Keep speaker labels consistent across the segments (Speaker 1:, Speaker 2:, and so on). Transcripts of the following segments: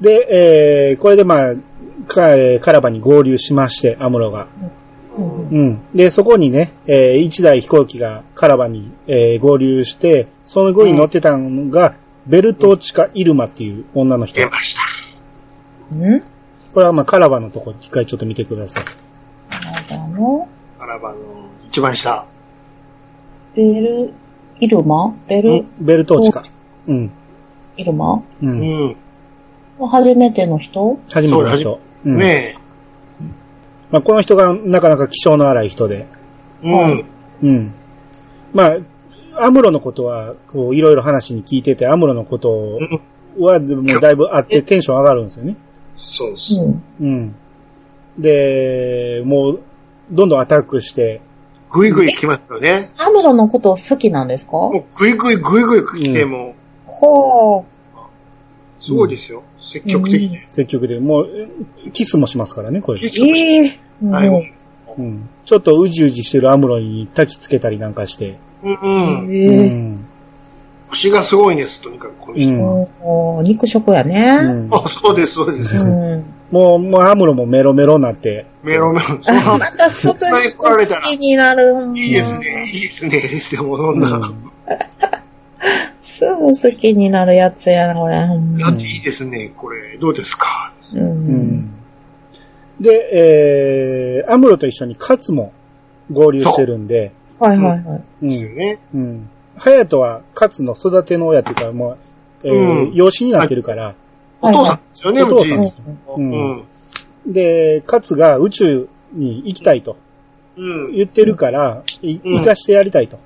Speaker 1: で、えー、これでまあ、かえーカラバに合流しまして、アムロが。
Speaker 2: うんうん
Speaker 1: うん。で、そこにね、え1台飛行機がカラバに、えー合流して、その後に乗ってたのが、ベルトチカ・イルマっていう女の人
Speaker 3: 出。ました。
Speaker 2: うん
Speaker 1: これはまあカラバのとこ一回ちょっと見てください。
Speaker 2: なんだの
Speaker 3: カラバの一番下。
Speaker 2: ベル、イルマベル、
Speaker 1: ベルトーチカ。うん。
Speaker 2: イルマ
Speaker 1: う。
Speaker 3: うんん。
Speaker 2: 初めての人
Speaker 1: 初めての人。うん、
Speaker 3: ね
Speaker 1: まあ、この人がなかなか気性の荒い人で。
Speaker 3: え。うん。
Speaker 1: うん。まあ、アムロのことは、こう、いろいろ話に聞いてて、アムロのこと
Speaker 3: うん
Speaker 1: は、でもだいぶあってテンション上がるんですよね。
Speaker 3: そうです。
Speaker 2: うん。
Speaker 1: うん。で、もう、どんどんアタックして、
Speaker 3: ぐいぐい来ますよね。
Speaker 2: アムロのこと好きなんですか
Speaker 3: もうぐいぐいぐいぐい来て、も
Speaker 2: ほう。
Speaker 3: う、すごいですよ。積極的で。
Speaker 1: 積極で、もう、キスもしますからね、これ。
Speaker 2: ええうん
Speaker 3: はい。
Speaker 1: うん。ちょっとうじうじしてるアムロに焚きつけたりなんかして。
Speaker 3: うんうん。
Speaker 1: う
Speaker 2: ええ
Speaker 1: ん。
Speaker 3: 腰がすごいんです、とにかく、この人。
Speaker 1: うん
Speaker 2: おー肉食やね。
Speaker 1: うん
Speaker 3: あ、そうです、そうです。
Speaker 2: うん。
Speaker 1: もう、もうアムロもメロメロになって、
Speaker 3: メロメロ。
Speaker 2: あまたすぐに好きになるんや
Speaker 3: いいですね、いいですね、ですよ、もうそんな。
Speaker 2: すぐ好きになるやつやな、これ。うん
Speaker 3: だっていいですね、これ、どうですか。
Speaker 2: う。
Speaker 1: うんんで、えー、アムロと一緒にカツも合流してるんで、
Speaker 2: はいはいは
Speaker 1: う
Speaker 2: い。
Speaker 3: ですよ
Speaker 1: ん。
Speaker 3: ね。
Speaker 1: うん。ハヤトはカツの育ての親っていうか、もう、えー
Speaker 3: うん
Speaker 1: 養子になってるから、
Speaker 3: お父さんですよね、
Speaker 1: お父さん
Speaker 3: う
Speaker 1: です
Speaker 3: ち
Speaker 1: う
Speaker 3: うんん。
Speaker 1: で、カツが宇宙に行きたいと
Speaker 3: うん。
Speaker 1: 言ってるから、い
Speaker 3: うん
Speaker 1: 行かしてやりたいと。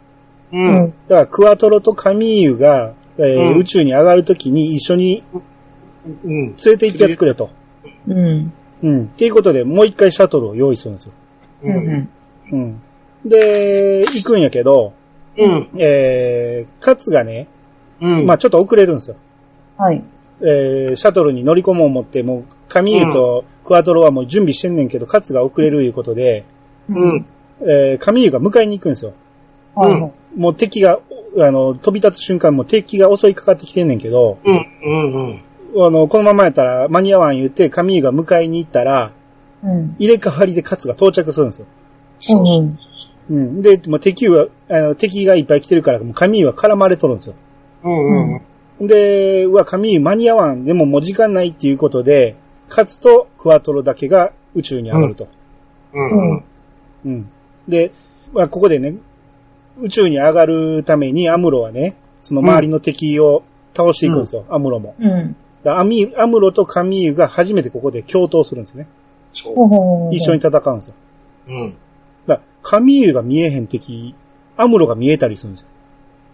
Speaker 3: う。
Speaker 2: うんん。
Speaker 1: だから、クワトロとカミーユが、えー
Speaker 3: うん
Speaker 1: 宇宙に上がるときに一緒に
Speaker 3: うん。
Speaker 1: 連れて行ってやってくれと。
Speaker 2: うん。
Speaker 1: うん。っていうことで、もう一回シャトルを用意するんですよ。
Speaker 2: う。
Speaker 3: うん。
Speaker 2: うんん
Speaker 1: うん。で、行くんやけど、
Speaker 3: うん。
Speaker 1: えー、カツがね、
Speaker 3: うん。
Speaker 1: まあちょっと遅れるんですよ。
Speaker 2: はい。
Speaker 1: えー、シャトルに乗り込もう思って、もう、カミーユとクワトロはもう準備してんねんけど、カツが遅れるいうことで、
Speaker 3: うん。
Speaker 1: えー、カミーユが迎えに行くんですよ。
Speaker 2: はいはい。
Speaker 1: もう敵が、あの、飛び立つ瞬間、もう敵が襲いかかってきてんねんけど、
Speaker 3: うん。うん。
Speaker 1: あの、このままやったら間に合わん言って、カミーユが迎えに行ったら、
Speaker 2: うん。
Speaker 1: 入れ替わりでカツが到着するんですよ。
Speaker 3: そう
Speaker 2: う。
Speaker 3: そうん
Speaker 1: うん。で、もう敵は、あの、敵がいっぱい来てるから、もうカミーユは絡まれとるんですよ。
Speaker 3: うん。うん。
Speaker 1: で、うわ、神間に合わん。でももう時間ないっていうことで、カツとクワトロだけが宇宙に上がると。
Speaker 3: うん。
Speaker 1: うん。で、まあ、ここでね、宇宙に上がるためにアムロはね、その周りの敵を倒していくんですよ、アムロも。
Speaker 2: うん。
Speaker 1: だからアミアムロとカミーユが初めてここで共闘するんですね。
Speaker 3: そ
Speaker 2: ほうほうほうほう
Speaker 1: 一緒に。戦うんですよ。
Speaker 3: う。うん。
Speaker 1: だからカミーユが見えへん敵、アムロが見えたりするんですよ。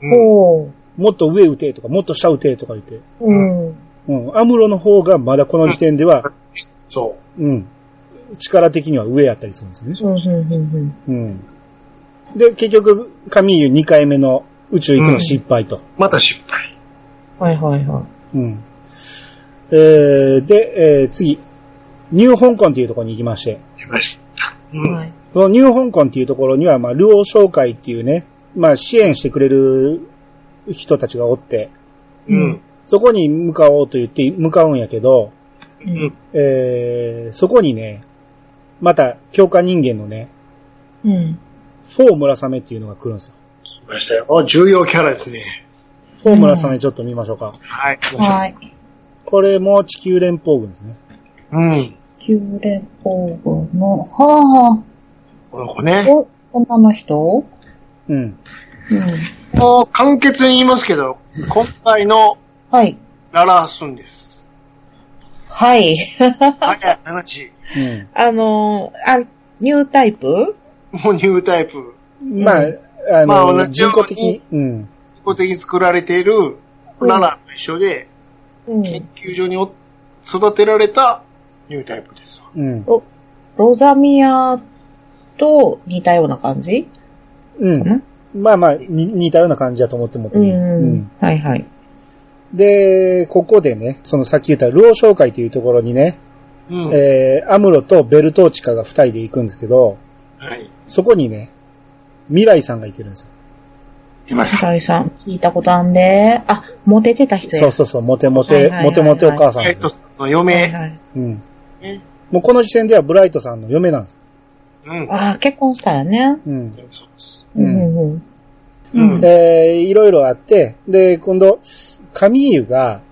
Speaker 3: うん。
Speaker 2: ほう。
Speaker 1: もっと上撃てとか、もっと下撃てとか言って。
Speaker 2: うん。
Speaker 1: うん。アムロの方がまだこの時点では
Speaker 3: そ
Speaker 1: うん。力的には上やったりするんですよね。
Speaker 2: そうそうそうそう。
Speaker 1: うん。で、結局、カミーユ2回目の宇宙行くの失敗と。
Speaker 3: う。また失敗。
Speaker 2: はいはいは
Speaker 1: うん。えー、で、えー、次。ニュー香港っていうところに行きまして。
Speaker 3: 出ました。う
Speaker 2: い。
Speaker 3: ん。
Speaker 2: はい。
Speaker 1: このニュー香港っていうところには、まあ、ルオー商会っていうね、まあ、支援してくれる人たちがおって、
Speaker 3: うん。
Speaker 1: そこに向かおうと言って向かうんやけど、
Speaker 3: うん。
Speaker 1: えー、そこにね、また、強化人間のね、
Speaker 2: うん。
Speaker 1: フォー村雨っていうのが来るんですよ。
Speaker 3: 来ましたよ。お重要キャラですね。
Speaker 1: フォームラさんちょっと見ましょうか。
Speaker 3: はい。
Speaker 2: はい。
Speaker 1: これも地球連邦軍ですね。
Speaker 3: うん。
Speaker 2: 九連邦軍の、は
Speaker 3: この子
Speaker 2: あ
Speaker 3: ね。
Speaker 2: はあ。お、女の人
Speaker 1: うん。
Speaker 2: うん。
Speaker 3: もう簡潔に言いますけど、今回の
Speaker 2: はい。
Speaker 3: ララースンです。
Speaker 2: はい。
Speaker 3: 早い話。
Speaker 1: う
Speaker 2: あのー、あ、ニュータイプ
Speaker 3: もうニュータイプ。
Speaker 1: ん。まあ、あの、
Speaker 3: まあ同じよ
Speaker 1: 人
Speaker 3: う
Speaker 1: 工
Speaker 3: に
Speaker 1: 的に、うん。
Speaker 3: 一方的に作られている、ララと一緒で、
Speaker 2: うん。
Speaker 3: 研究所にお育てられたニュータイプですわ。
Speaker 1: うん。
Speaker 2: ロザミアと似たような感じ
Speaker 1: うん。まあまあ、に似たような感じだと思ってもってもいいうん。
Speaker 2: はいはい。
Speaker 1: で、ここでね、そのさっき言ったルオ商会というところにね、
Speaker 3: うん
Speaker 1: えー、アムロとベルトーチカが二人で行くんですけど、
Speaker 3: はい。
Speaker 1: そこにね、未来さんがいてるんですよ。
Speaker 3: 出ました。
Speaker 2: 高井さん、聞いたことあんで。あ、モテてた人や。
Speaker 1: そうそうそう、モテモ
Speaker 2: はい
Speaker 1: テ
Speaker 2: はいは、い
Speaker 1: モテモテお母さん
Speaker 3: え
Speaker 1: で
Speaker 3: っ
Speaker 1: す
Speaker 3: と
Speaker 1: よ。、
Speaker 3: の
Speaker 2: はい
Speaker 3: 嫁。
Speaker 2: はい。
Speaker 1: うん。もうこの時点ではブライトさんの嫁なんです。
Speaker 3: うん。
Speaker 2: ああ、結婚したよね。
Speaker 1: うん。
Speaker 3: そうです。
Speaker 1: う
Speaker 2: うんんうん
Speaker 3: う
Speaker 2: うんん。
Speaker 1: えー、いろいろあって、で、今度、カミーユが、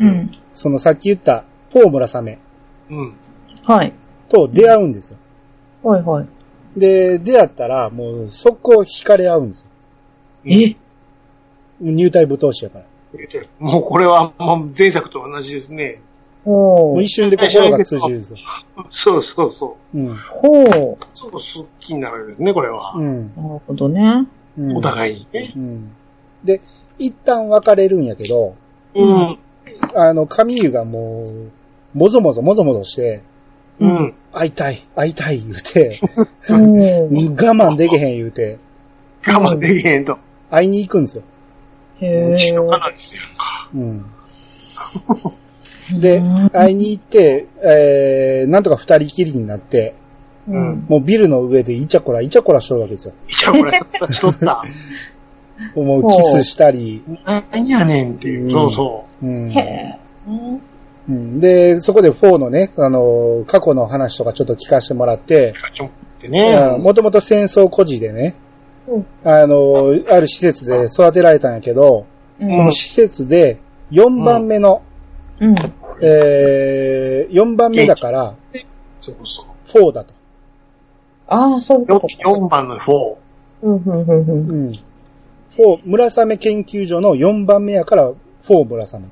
Speaker 2: うん。
Speaker 1: そのさっき言った、フォームラサメ
Speaker 3: うん。
Speaker 2: はい。
Speaker 1: と出会うんですよ。
Speaker 2: はいは
Speaker 1: で、出会ったら、もう、速攻惹かれ合うんですよ。
Speaker 2: い。え
Speaker 1: 入隊舞踏士やから。
Speaker 3: もうこれはもう前作と同じですね。
Speaker 2: ほ
Speaker 1: もう
Speaker 2: う
Speaker 1: 一。瞬で心が通じるんですよ。
Speaker 3: そうそうそ
Speaker 1: うん。
Speaker 2: ほう
Speaker 3: う。。そう、好きになるんですね、これは。
Speaker 1: うん。
Speaker 2: なるほどね。
Speaker 1: うん
Speaker 3: お互いにね。
Speaker 1: うん。で、一旦別れるんやけど、
Speaker 3: うん。
Speaker 1: あの、カミーユがもう、もぞもぞもぞもぞして、
Speaker 3: うん。
Speaker 1: 会いたい、会いたい言うて、
Speaker 2: うん。
Speaker 1: 我慢できへん言うて、
Speaker 3: 我慢できへんと。
Speaker 1: 会いに行くんですよ。
Speaker 2: へ
Speaker 3: 気のか
Speaker 2: ー
Speaker 3: なりしてるか。
Speaker 1: うん。で、会いに行って、えー、なんとか二人きりになって、
Speaker 2: うん。
Speaker 1: もうビルの上でイチャコライチャコラしとるわけですよ。
Speaker 3: いや、これ、しとった。
Speaker 1: もうキスしたり、
Speaker 3: なんやねんっていう。そうそ
Speaker 1: うん。
Speaker 2: へー
Speaker 1: うんで、そこで4のね、あのー過去の話とかちょっと聞かせてもらって
Speaker 3: う。、ちょってね。
Speaker 1: もともと戦争孤児でね、
Speaker 2: うん
Speaker 1: あのーある施設で育てられたんやけど、
Speaker 2: うん
Speaker 1: その施設で4番目の、
Speaker 2: うん。
Speaker 1: えー、4番目だから
Speaker 3: そうそう。
Speaker 1: 4だと。
Speaker 2: ああ、そういうことか。
Speaker 3: 4番の4。
Speaker 2: うんうんうんうん
Speaker 1: うん。4、村雨研究所の4番目やから4村雨っ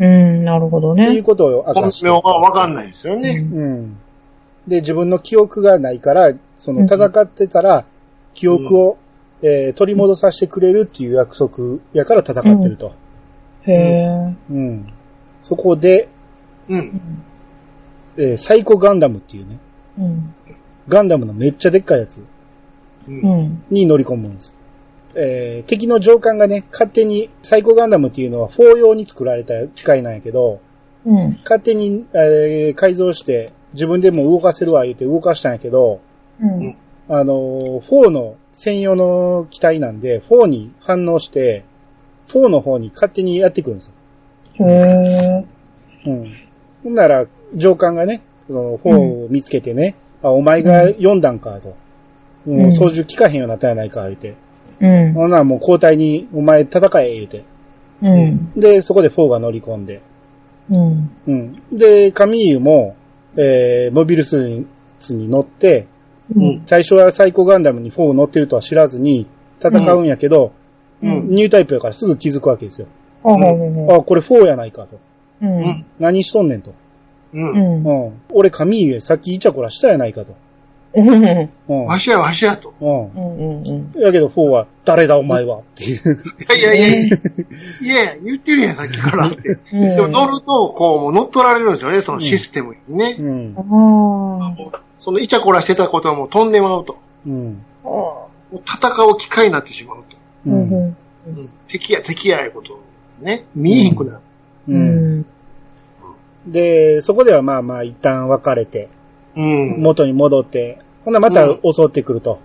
Speaker 2: うん、なるほど
Speaker 1: ていう
Speaker 2: ね。
Speaker 1: ことを明
Speaker 3: 本
Speaker 1: かして
Speaker 3: 名。がわかんないですよね。
Speaker 1: うん。で、自分の記憶がないから、その戦ってたら、記憶を、えー取り戻させてくれるっていう約束やから戦ってると。
Speaker 2: へえ。
Speaker 1: うん。そこで、
Speaker 3: うん。
Speaker 1: えーサイコガンダムっていうね、
Speaker 2: うん。
Speaker 1: ガンダムのめっちゃでっかいやつ
Speaker 3: う。
Speaker 2: うんん。
Speaker 1: に乗り込むんです。えー敵の上官がね、勝手に、サイコガンダムっていうのは4用に作られた機械なんやけど、
Speaker 2: うん。
Speaker 1: 勝手に、えー改造して、自分でも動かせるわ言うて動かしたんやけど、
Speaker 2: うん。
Speaker 1: あのー、4の専用の機体なんで、4に反応して、4の方に勝手にやってくるんですよ。
Speaker 2: へえ。
Speaker 1: うん。ほんなら、上官がね、その4を見つけてね、あ、お前が4段か、と。
Speaker 2: ん
Speaker 1: もう操縦効かへんようになったやないか、言うて。
Speaker 2: うん。
Speaker 1: ほんならもう交代に、お前戦え、言うて。
Speaker 2: うん。
Speaker 1: で、そこで4が乗り込んで。
Speaker 2: うん。
Speaker 1: うん。で、カミーユも、えー、モビルスーツに乗って、
Speaker 2: うん。
Speaker 1: 最初はサイコガンダムに4乗ってるとは知らずに、戦うんやけど、
Speaker 3: うん。
Speaker 1: ニュータイプやからすぐ気づくわけですよ。
Speaker 2: ほうほうほうほう
Speaker 1: あ、これ4やないかと。
Speaker 2: う
Speaker 3: うんん。
Speaker 1: 何しとんねんと。
Speaker 3: う。
Speaker 2: うんん。
Speaker 1: うん。俺、神ゆえ、さっきイチャコラしたやないかと。
Speaker 2: うん。
Speaker 1: うん。
Speaker 3: わしやわしやと。
Speaker 1: う
Speaker 2: うん。うん。
Speaker 1: ん。やけど4は、誰だお前はっていう。
Speaker 3: いやいやいやいや、いや言ってる やん、さっきからって。でも乗ると、こう、もう乗っ取られるんですよね、そのシステムにね。
Speaker 1: うん。
Speaker 2: あ
Speaker 3: そのイチャコラしてたことはもう飛んでまうと。
Speaker 1: うん。
Speaker 2: あ。
Speaker 3: もう戦う機会になってしまうと。
Speaker 1: う。
Speaker 2: うんん。
Speaker 3: うん、敵や敵やいうことをね、見えへんくなる。
Speaker 2: う
Speaker 1: うん
Speaker 2: ん。
Speaker 1: で、そこではまあまあ、一旦別れて、
Speaker 3: うん。
Speaker 1: 元に戻って、ほんならまた襲ってくると。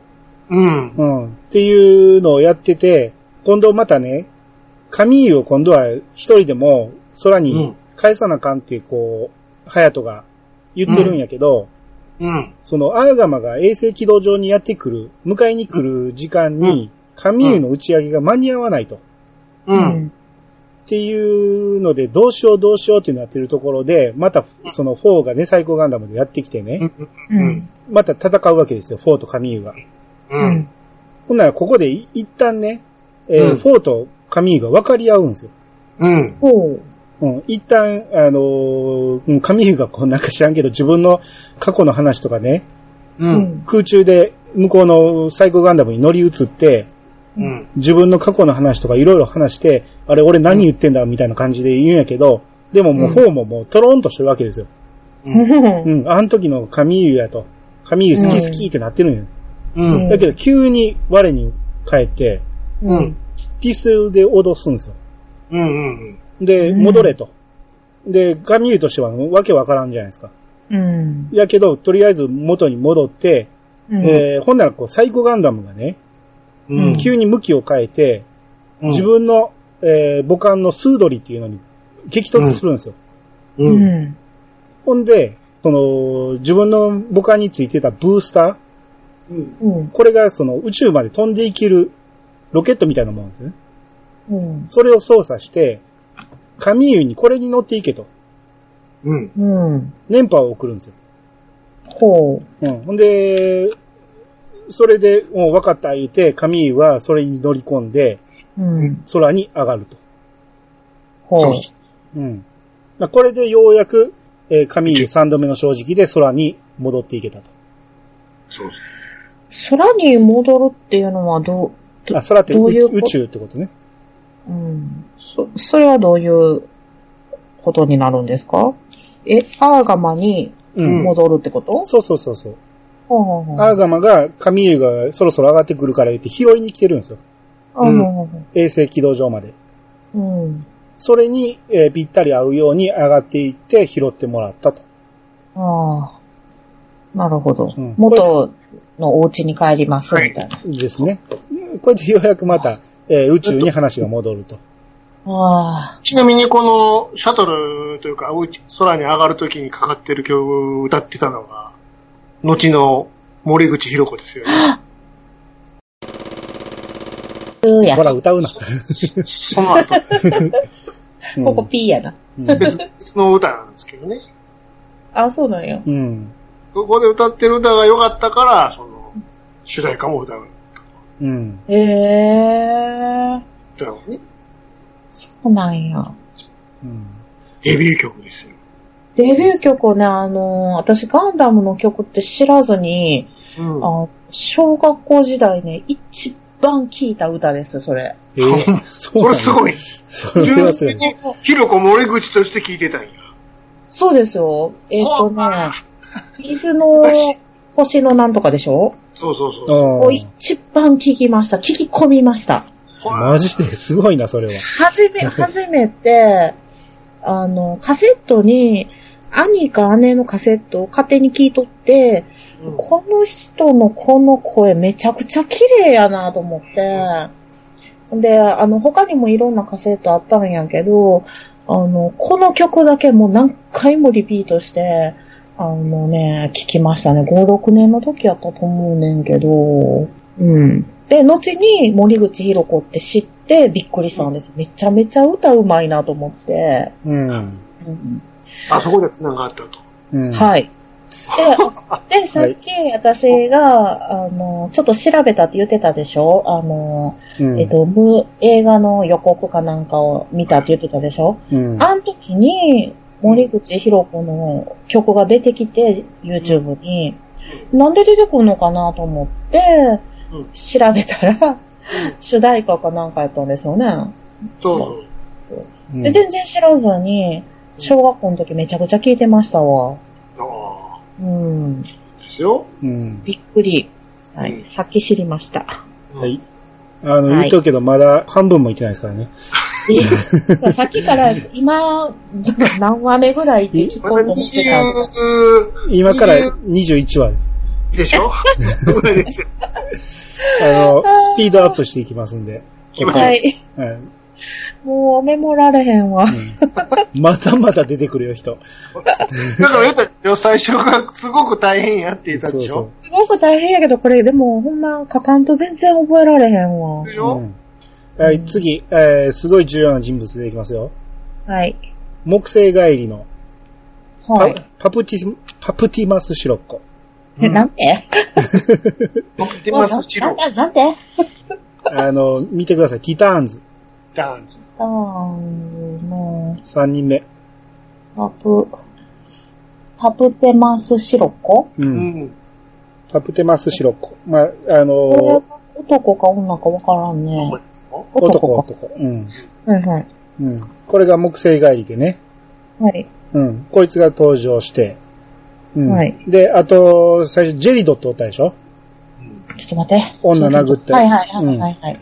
Speaker 3: うん。
Speaker 1: うん。っていうのをやってて、今度またね、神ゆを今度は一人でも空に返さなあかんっていう、こう、ハヤトが言ってるんやけど、
Speaker 3: うん。
Speaker 1: その、アーガマが衛星軌道上にやってくる、迎えに来る時間に、カミューの打ち上げが間に合わないと。っ
Speaker 3: う。
Speaker 2: うんん。
Speaker 1: ていうので、どうしようどうしようってなってるところで、また、その4がね、最高ガンダムでやってきて
Speaker 3: う
Speaker 1: ね、
Speaker 3: ん。
Speaker 2: うん。
Speaker 1: また戦うわけですよ、4とカミューが。
Speaker 3: う。
Speaker 2: うんん。
Speaker 1: ほんなら、ここでい一旦ね、えー
Speaker 3: うん
Speaker 1: 4とカミューが分かり合うんですよ。
Speaker 3: うん。
Speaker 2: ほ
Speaker 1: うん、一旦、あのーうんカミューがこうなんか知らんけど、自分の過去の話とかね、
Speaker 3: う。
Speaker 2: う。うんん。
Speaker 1: 空中で向こうの最高ガンダムに乗り移って、
Speaker 3: うん。
Speaker 1: 自分の過去の話とかいろいろ話して、あれ俺何言ってんだみたいな感じで言うんやけど、でももう
Speaker 3: うん
Speaker 1: 方ももうトローンとしてるわけですよ。
Speaker 3: うん。
Speaker 1: うん、あの時の神優やと。神優好き好きってなってるんよ。
Speaker 3: うん。
Speaker 1: だけど急に我に帰って、
Speaker 2: うん。
Speaker 1: ピストルで脅すんですよ。
Speaker 3: うん。
Speaker 1: で、
Speaker 2: うん
Speaker 1: 戻れと。で、神優としてはわけわからんじゃないですか。
Speaker 2: うん。
Speaker 1: やけど、とりあえず元に戻って、
Speaker 2: うん。
Speaker 1: えーほんならこう、サイコガンダムがね、
Speaker 3: うん。
Speaker 1: 急に向きを変えて、自分の、えー母艦のスードリっていうのに激突するんですよ。
Speaker 3: う。
Speaker 2: うんん。
Speaker 1: ほんで、その、自分の母艦についてたブースタ
Speaker 3: うん。
Speaker 2: うん。うん
Speaker 1: ー、これがその宇宙まで飛んでいけるロケットみたいなもんですね。
Speaker 2: うん。
Speaker 1: それを操作して、神湯にこれに乗っていけと。
Speaker 3: うん。
Speaker 2: うん。
Speaker 1: 電波を送るんですよ。
Speaker 2: ほ
Speaker 1: うん。ほんで、それで、もう分かった言うて、神湯はそれに乗り込んで、
Speaker 2: う。うん。
Speaker 1: 空に上がると。
Speaker 2: ほう。
Speaker 1: うん。まあこれでようやく、えー、神湯3度目の正直で空に戻っていけたと。
Speaker 3: そう
Speaker 2: 空に戻るっていうのはど
Speaker 1: あ、空って
Speaker 2: どういうこ
Speaker 1: 宇宙ってことね。
Speaker 2: う、うん。そ、それはどういうことになるんですかえ、アーガマに
Speaker 1: うん。
Speaker 2: 戻るってこと、
Speaker 1: そうそうそうそう。
Speaker 2: ほうほうほう。
Speaker 1: アーガマが、神湯がそろそろ上がってくるから言って拾いに来てるんですよ。
Speaker 2: あほうほうほ
Speaker 1: 衛星軌道上まで。
Speaker 2: ううん。
Speaker 1: それに、えーぴったり合うように上がっていって拾ってもらったと。
Speaker 2: ああ。なるほど。
Speaker 1: うん
Speaker 2: 元のお家に帰ります、みたいな。
Speaker 1: ですね。これでようやくまた、えー宇宙に話が戻ると。
Speaker 2: ああ。
Speaker 3: ちなみにこのシャトルというか、空に上がるときにかかってる曲を歌ってたのが、後の森口博子ですよ、 ね。
Speaker 2: うーや
Speaker 1: ほ。ら、歌うな。
Speaker 3: その後、
Speaker 1: うん
Speaker 2: ここ P やな。
Speaker 1: うん
Speaker 3: 別別の歌なんですけどね。
Speaker 2: あ、そうなんや。
Speaker 1: うん。
Speaker 3: ここで歌ってる歌が良かったから、その、主題歌も歌う、
Speaker 1: うん。
Speaker 2: へえ。
Speaker 3: 歌うね。
Speaker 2: そうなんや。
Speaker 1: うん。
Speaker 3: デビュー曲ですよ。
Speaker 2: デビュー曲をね、あのー私ガンダムの曲って知らずに、
Speaker 3: うん。
Speaker 2: あ小学校時代ね、一番聴いた歌です、それ。
Speaker 1: えー、そ
Speaker 3: これすご
Speaker 1: い。
Speaker 3: い。
Speaker 1: それ
Speaker 3: 純
Speaker 1: はすご
Speaker 3: 粋
Speaker 1: い。
Speaker 3: に、ひろこ森口として聞いてたんや。
Speaker 2: そうですよ。えっ、と
Speaker 3: ほら
Speaker 2: ね、水の星のなんとかでしょ
Speaker 3: そうそうそう。
Speaker 2: も
Speaker 1: う
Speaker 2: う
Speaker 1: ん
Speaker 2: 一番聴きました。聴き込みました。
Speaker 3: ほら
Speaker 1: マジですごいな、それは。
Speaker 2: はじめ、初めて、あの、カセットに、兄か姉のカセットを勝手に聴いとって、
Speaker 3: うん
Speaker 2: この人のこの声めちゃくちゃ綺麗やなと思って。で、あの、他にもいろんなカセットあったんやけど、あの、この曲だけもう何回もリピートして、あのね、聴きましたね。5、6年の時やったと思うねんけど、うん。で、後に森口博子って知ってびっくりしたんです。めちゃめちゃ歌うまいなと思って。
Speaker 1: うん。
Speaker 2: うん
Speaker 3: あそこで繋がったと。
Speaker 1: うん。
Speaker 2: はい。 で、で、さっき私が、あの、ちょっと調べたって言ってたでしょあの、
Speaker 1: うん
Speaker 2: えっ、と、む映画の予告かなんかを見たって言ってたでしょ
Speaker 1: うん。
Speaker 2: あの時に、森口博子の曲が出てきて、YouTube に、なんで出てくるのかなと思って
Speaker 3: うん、
Speaker 2: 調べたら、主題歌かなんかやったんですよね。
Speaker 3: そうそう。
Speaker 1: うん
Speaker 2: で全然知らずに、小学校の時めちゃくちゃ聴いてましたわ。
Speaker 3: あ
Speaker 2: うん。
Speaker 3: あ、ですよ。
Speaker 1: うん。
Speaker 2: びっくり。は
Speaker 3: う
Speaker 2: い。
Speaker 3: ん
Speaker 2: さっき知りました。
Speaker 3: うん
Speaker 1: はい。あの、
Speaker 2: はい
Speaker 1: 言っとくけど、まだ半分もいってないですからね。
Speaker 2: でさっきから今、何話目ぐらいって聞
Speaker 3: ま
Speaker 2: こ
Speaker 3: だ
Speaker 2: うと思ってた。
Speaker 3: 20
Speaker 1: 今から21話です。
Speaker 3: でし ょ ぐらいですよ。
Speaker 1: あの、スピードアップしていきますんで。
Speaker 2: は。
Speaker 1: はいはい
Speaker 2: もうメモられへんわ。
Speaker 1: うんまだまだ出てくるよ、人。
Speaker 3: だから言ったらよ、最初がすごく大変やって言ったでしょ
Speaker 2: すごく大変やけど、これでもほんま書かんと全然覚えられへんわ
Speaker 3: で。し
Speaker 1: う
Speaker 3: ょ
Speaker 1: んはい、次、えーすごい重要な人物でいきますよ。
Speaker 2: はい。
Speaker 1: 木星帰りのパ,、
Speaker 2: はい。
Speaker 1: パプティス、パプティマスシロッコ。
Speaker 2: え、なんて
Speaker 3: 僕ティマスチロ
Speaker 2: ななんて
Speaker 1: あの、見てください。ティターンズ。
Speaker 3: ダンス。
Speaker 2: あー、も
Speaker 1: 3人目。
Speaker 2: う、パプ、パプテマスシロコ
Speaker 1: う。
Speaker 3: うんん。
Speaker 1: パプテマスシロッコ。まあ、あ
Speaker 2: これは
Speaker 1: の、
Speaker 2: 男か女かわからんね
Speaker 3: こ。れですよ
Speaker 1: 男、
Speaker 2: か。
Speaker 1: 男。うん。
Speaker 2: はいはい。
Speaker 1: うん。これが木星帰りでね。
Speaker 2: はい。
Speaker 1: うん。こいつが登場して。うん。
Speaker 2: はい
Speaker 1: で、あと、最初、ジェリドっておったでしょ
Speaker 3: うん
Speaker 2: ちょっと待って。
Speaker 1: 女殴って
Speaker 2: はいはいはいはいはい。